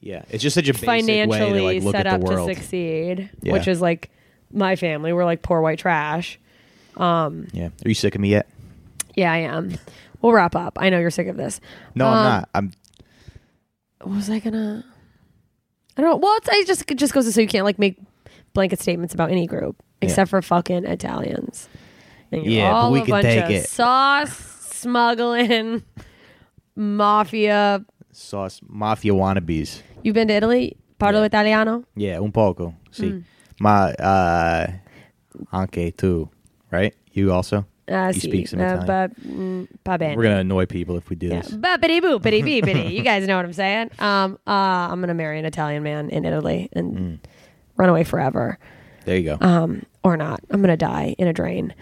S3: yeah? It's just such a basic way to
S2: financially
S3: like look
S2: set
S3: at
S2: up
S3: the
S2: to
S3: world.
S2: succeed,
S3: Yeah.
S2: which is like my family. We're like poor white trash.
S3: Yeah, are you sick of me yet?
S2: Yeah, I am. We'll wrap up. I know you're sick of this.
S3: No,
S2: Um,
S3: I'm not. I'm
S2: What was I gonna? I don't. Well, it's, I just it just goes to say you can't like make blanket statements about any group except for fucking Italians. And you're
S3: Yeah, but
S2: all
S3: we
S2: a
S3: can
S2: bunch
S3: take
S2: of
S3: it.
S2: Sauce smuggling, [laughs] mafia.
S3: sauce mafia wannabes.
S2: You've been to Italy? Parlo Italiano?
S3: Yeah, un poco. See,
S2: Mm.
S3: my uh, anche too, right? You also.
S2: Uh,
S3: He speaks in Italian.
S2: but, mm, pa bene.
S3: We're gonna annoy people if we do
S2: Yeah.
S3: this.
S2: Bippity boo, bitty bee, bitty.
S3: [laughs]
S2: You guys know what I'm saying. Um, uh, I'm gonna marry an Italian man in Italy and
S3: Mm.
S2: run away forever,
S3: There you go.
S2: or not. I'm gonna die in a drain.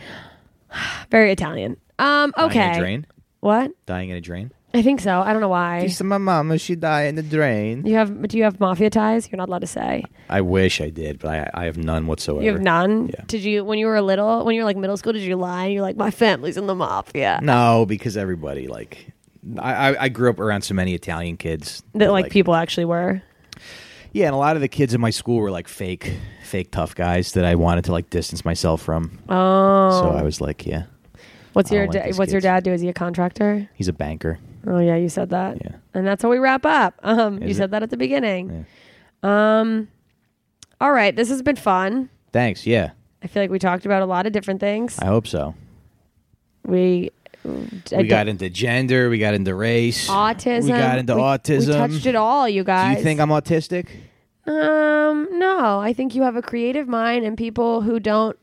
S2: [sighs] Very Italian. Um, okay.
S3: Dying in a drain.
S2: What?
S3: Dying in a drain.
S2: I think so. I don't know why.
S3: Piece of my mama, she died in the drain.
S2: You have? Do you have mafia ties? You're not allowed to say.
S3: I wish I did, but I, I have none whatsoever.
S2: You have none.
S3: Yeah.
S2: Did you when you were little? When you were like middle school, did you lie? You're like, my family's in the mafia.
S3: No, because everybody like, I, I, I grew up around so many Italian kids
S2: That like people actually were.
S3: Yeah, and a lot of the kids in my school were like fake, fake tough guys that I wanted to like distance myself from.
S2: Oh.
S3: So I was like, yeah,
S2: What's
S3: I
S2: your
S3: don't like
S2: da-
S3: these
S2: What's your
S3: kids.
S2: dad do? Is he a contractor?
S3: he's a banker.
S2: Oh yeah, you said that.
S3: Yeah.
S2: And that's how we wrap up. Um, you
S3: Is
S2: said that at the beginning. Um, all right, this has been fun.
S3: Thanks. Yeah,
S2: I feel like we talked about a lot of different things.
S3: I hope so.
S2: we
S3: We got into gender. We got into race.
S2: autism.
S3: We got into
S2: We-
S3: autism.
S2: We touched it all, you
S3: Do
S2: guys.
S3: you think I'm autistic?
S2: Um, no, I think you have a creative mind, and people who don't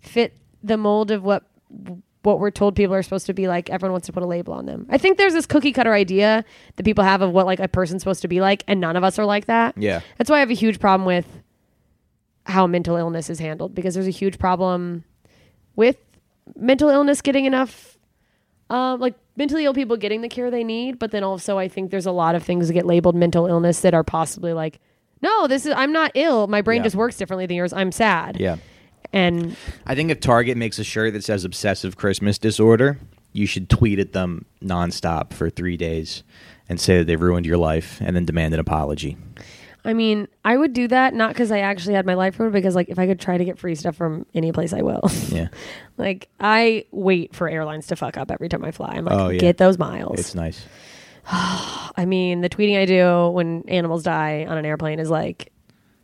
S2: fit the mold of what what we're told people are supposed to be like, everyone wants to put a label on them. I think there's this cookie cutter idea that people have of what like a person's supposed to be like, and none of us are like that.
S3: Yeah.
S2: That's why I have a huge problem with how mental illness is handled because there's a huge problem with mental illness getting enough, um, like mentally ill people getting the care they need. But then also, I think there's a lot of things that get labeled mental illness that are possibly like, no, this is, I'm not ill. My brain
S3: Yeah.
S2: just works differently than yours. I'm sad.
S3: Yeah.
S2: And
S3: I think if Target makes a shirt that says obsessive Christmas disorder, you should tweet at them nonstop for three days and say that they ruined your life and then demand an apology.
S2: I mean, I would do that not because I actually had my life ruined, because like if I could try to get free stuff from any place, I will. [laughs]
S3: Yeah.
S2: like I wait for airlines to fuck up every time I fly. I'm like,
S3: Oh, yeah.
S2: get those miles.
S3: It's nice.
S2: I mean, the tweeting I do when animals die on an airplane is like,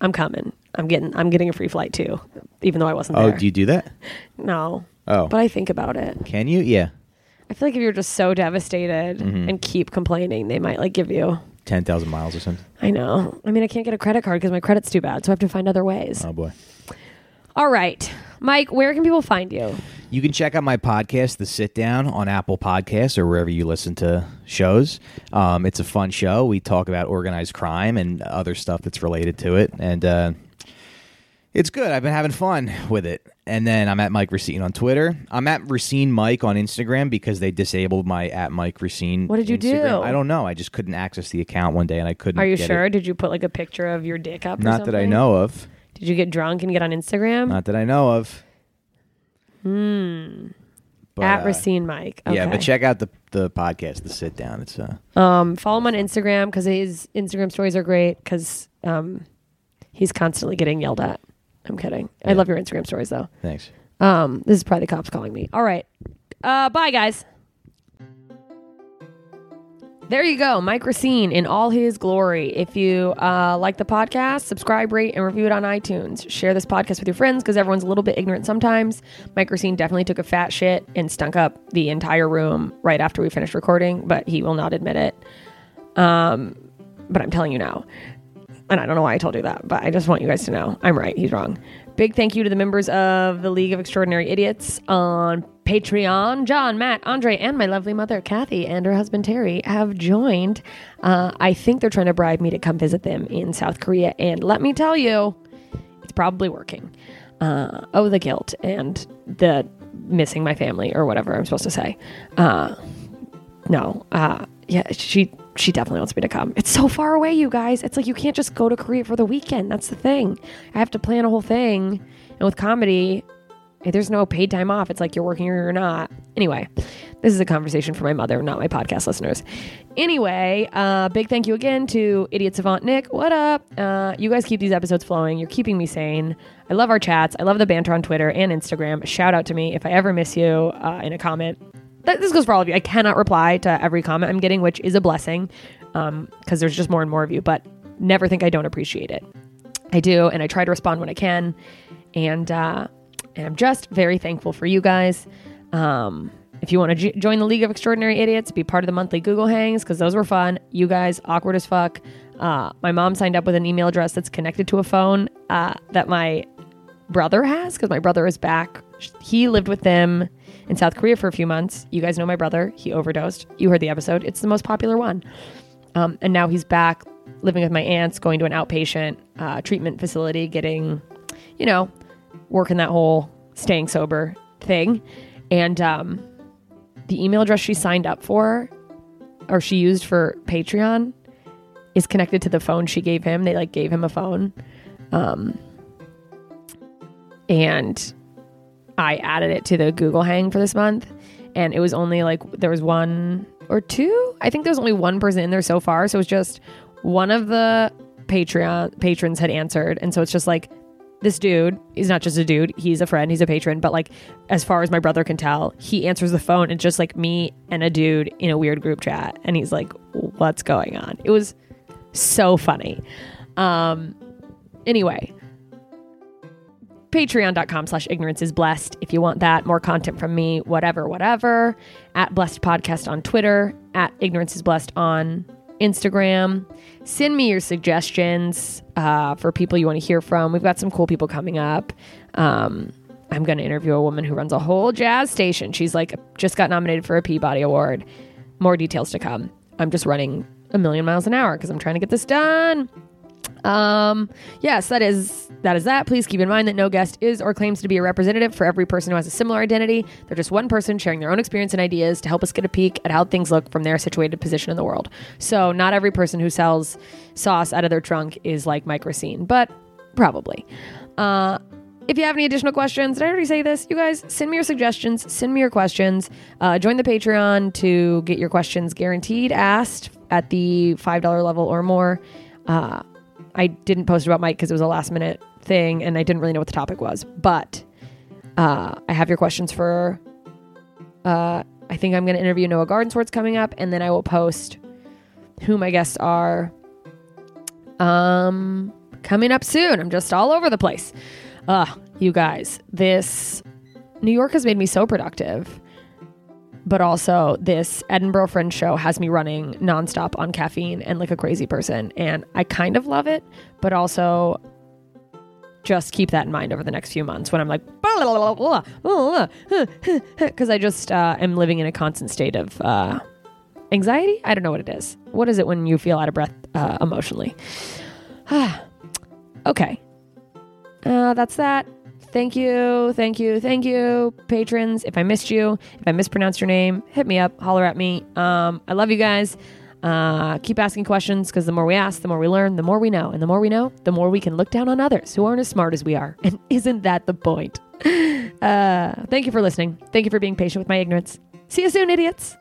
S2: I'm coming. I'm getting. I'm getting a free flight too, even though I wasn't
S3: Oh,
S2: there.
S3: do you do that?
S2: no.
S3: Oh.
S2: But I think about it.
S3: Can you? Yeah.
S2: I feel like if you're just so devastated
S3: Mm-hmm.
S2: and keep complaining, they might like give you.
S3: 10,000 miles or something.
S2: I know. I mean, I can't get a credit card because my credit's too bad, so I have to find other ways.
S3: Oh, boy. Uh-huh.
S2: All right, Mike, where can people find you?
S3: You can check out my podcast, The Sit Down, on Apple Podcasts or wherever you listen to shows. Um, it's a fun show. We talk about organized crime and other stuff that's related to it. And uh, it's good. I've been having fun with it. And then I'm at Mike Racine on Twitter. I'm at Racine Mike on Instagram because they disabled my at Mike Racine.
S2: What did you do?
S3: Instagram. I don't know. I just couldn't access the account one day and I couldn't.
S2: Are you
S3: get
S2: sure?
S3: it.
S2: Did you put like a picture of your dick up? or
S3: Not that I
S2: something?
S3: know of.
S2: Did you get drunk and get on Instagram?
S3: Not that I know of. Hmm.
S2: Hmm. At Racine Mike.
S3: uh, Yeah, but
S2: Okay.
S3: check out the the podcast, the sit down. It's uh,
S2: Um, follow him on Instagram because his Instagram stories are great because um, he's constantly getting yelled at. I'm kidding. I love your Instagram stories though.
S3: thanks.
S2: Um, this is probably the cops calling me. All right. Uh, bye, guys. There you go, Mike Racine in all his glory. If you uh, like the podcast, subscribe, rate, and review it on iTunes. Share this podcast with your friends because everyone's a little bit ignorant sometimes. Mike Racine definitely took a fat shit and stunk up the entire room right after we finished recording, but he will not admit it. Um, but I'm telling you now. And I don't know why I told you that, but I just want you guys to know I'm right. He's wrong. Big thank you to the members of the League of Extraordinary Idiots on Patreon. John, Matt, Andre, and my lovely mother, Kathy, and her husband, Terry, have joined. Uh, I think they're trying to bribe me to come visit them in South Korea. And let me tell you, it's probably working. Uh, oh, the guilt and the missing my family or whatever I'm supposed to say. Uh, no, uh, yeah, she she definitely wants me to come. It's so far away, you guys. It's like you can't just go to Korea for the weekend. That's the thing. I have to plan a whole thing, and with comedy, if there's no paid time off. It's like you're working or you're not. Anyway, this is a conversation for my mother, not my podcast listeners. Anyway, uh, big thank you again to Idiot Savant Nick. What up? Uh, you guys keep these episodes flowing. You're keeping me sane. I love our chats. I love the banter on Twitter and Instagram. Shout out to me if I ever miss you uh, in a comment. Th- This goes for all of you. I cannot reply to every comment I'm getting, which is a blessing because there's just more and more of you, but never think I don't appreciate it. I do, and I try to respond when I can. And uh, and I'm just very thankful for you guys. Um, if you want to j- join the League of Extraordinary Idiots, be part of the monthly Google Hangs because those were fun. You guys, awkward as fuck. Uh, my mom signed up with an email address that's connected to a phone uh, that my brother has because my brother is back. He lived with them in South Korea for a few months. You guys know my brother. He overdosed. You heard the episode. It's the most popular one. Um, and now he's back living with my aunts, going to an outpatient uh, treatment facility, getting, you know, working that whole staying sober thing. And um, the email address she signed up for or she used for Patreon is connected to the phone she gave him. They like gave him a phone. Um, and I added it to the Google Hang for this month. And it was only like there was one or two. I think there was only one person in there so far. So it was just one of the Patreon patrons had answered. And so it's just like this dude, he's not just a dude, he's a friend, he's a patron, but like as far as my brother can tell, he answers the phone and just like me and a dude in a weird group chat and he's like, What's going on? It was so funny. Um anyway, patreon.com slash ignorance is blessed if you want that more content from me whatever whatever at blessed podcast on twitter at ignorance is blessed on instagram send me your suggestions uh, for people you want to hear from we've got some cool people coming up um, i'm going to interview a woman who runs a whole jazz station she's like just got nominated for a peabody award more details to come i'm just running a million miles an hour because i'm trying to get this done um, yes, that is that is that. Please keep in mind that no guest is or claims to be a representative for every person who has a similar identity. They're just one person sharing their own experience and ideas to help us get a peek at how things look from their situated position in the world. So not every person who sells sauce out of their trunk is like Mike Racine, but probably. Uh if you have any additional questions, did I already say this? You guys, send me your suggestions, send me your questions. Uh, join the Patreon to get your questions guaranteed asked at the $5 level or more. Uh, I didn't post about Mike because it was a last minute thing and I didn't really know what the topic was. But uh, I have your questions for. Uh, I think I'm going to interview Noah Gardensworth's coming up, and then I will post who my guests are. Um, coming up soon. I'm just all over the place. Ugh, you guys, this New York has made me so productive but also this Edinburgh Fringe show has me running nonstop on caffeine and like a crazy person. And I kind of love it, but also just keep that in mind over the next few months when I'm like, [laughs] because I just uh, am living in a constant state of uh, anxiety. I don't know what it is. What is it when you feel out of breath uh, emotionally? [sighs] okay. Uh, that's that. Thank you, thank you, thank you, patrons. If I missed you, if I mispronounced your name, hit me up, holler at me. Um, I love you guys. Uh, keep asking questions because the more we ask, the more we learn, the more we know. And the more we know, the more we can look down on others who aren't as smart as we are. And [laughs] isn't that the point? Uh, thank you for listening. Thank you for being patient with my ignorance. See you soon, idiots.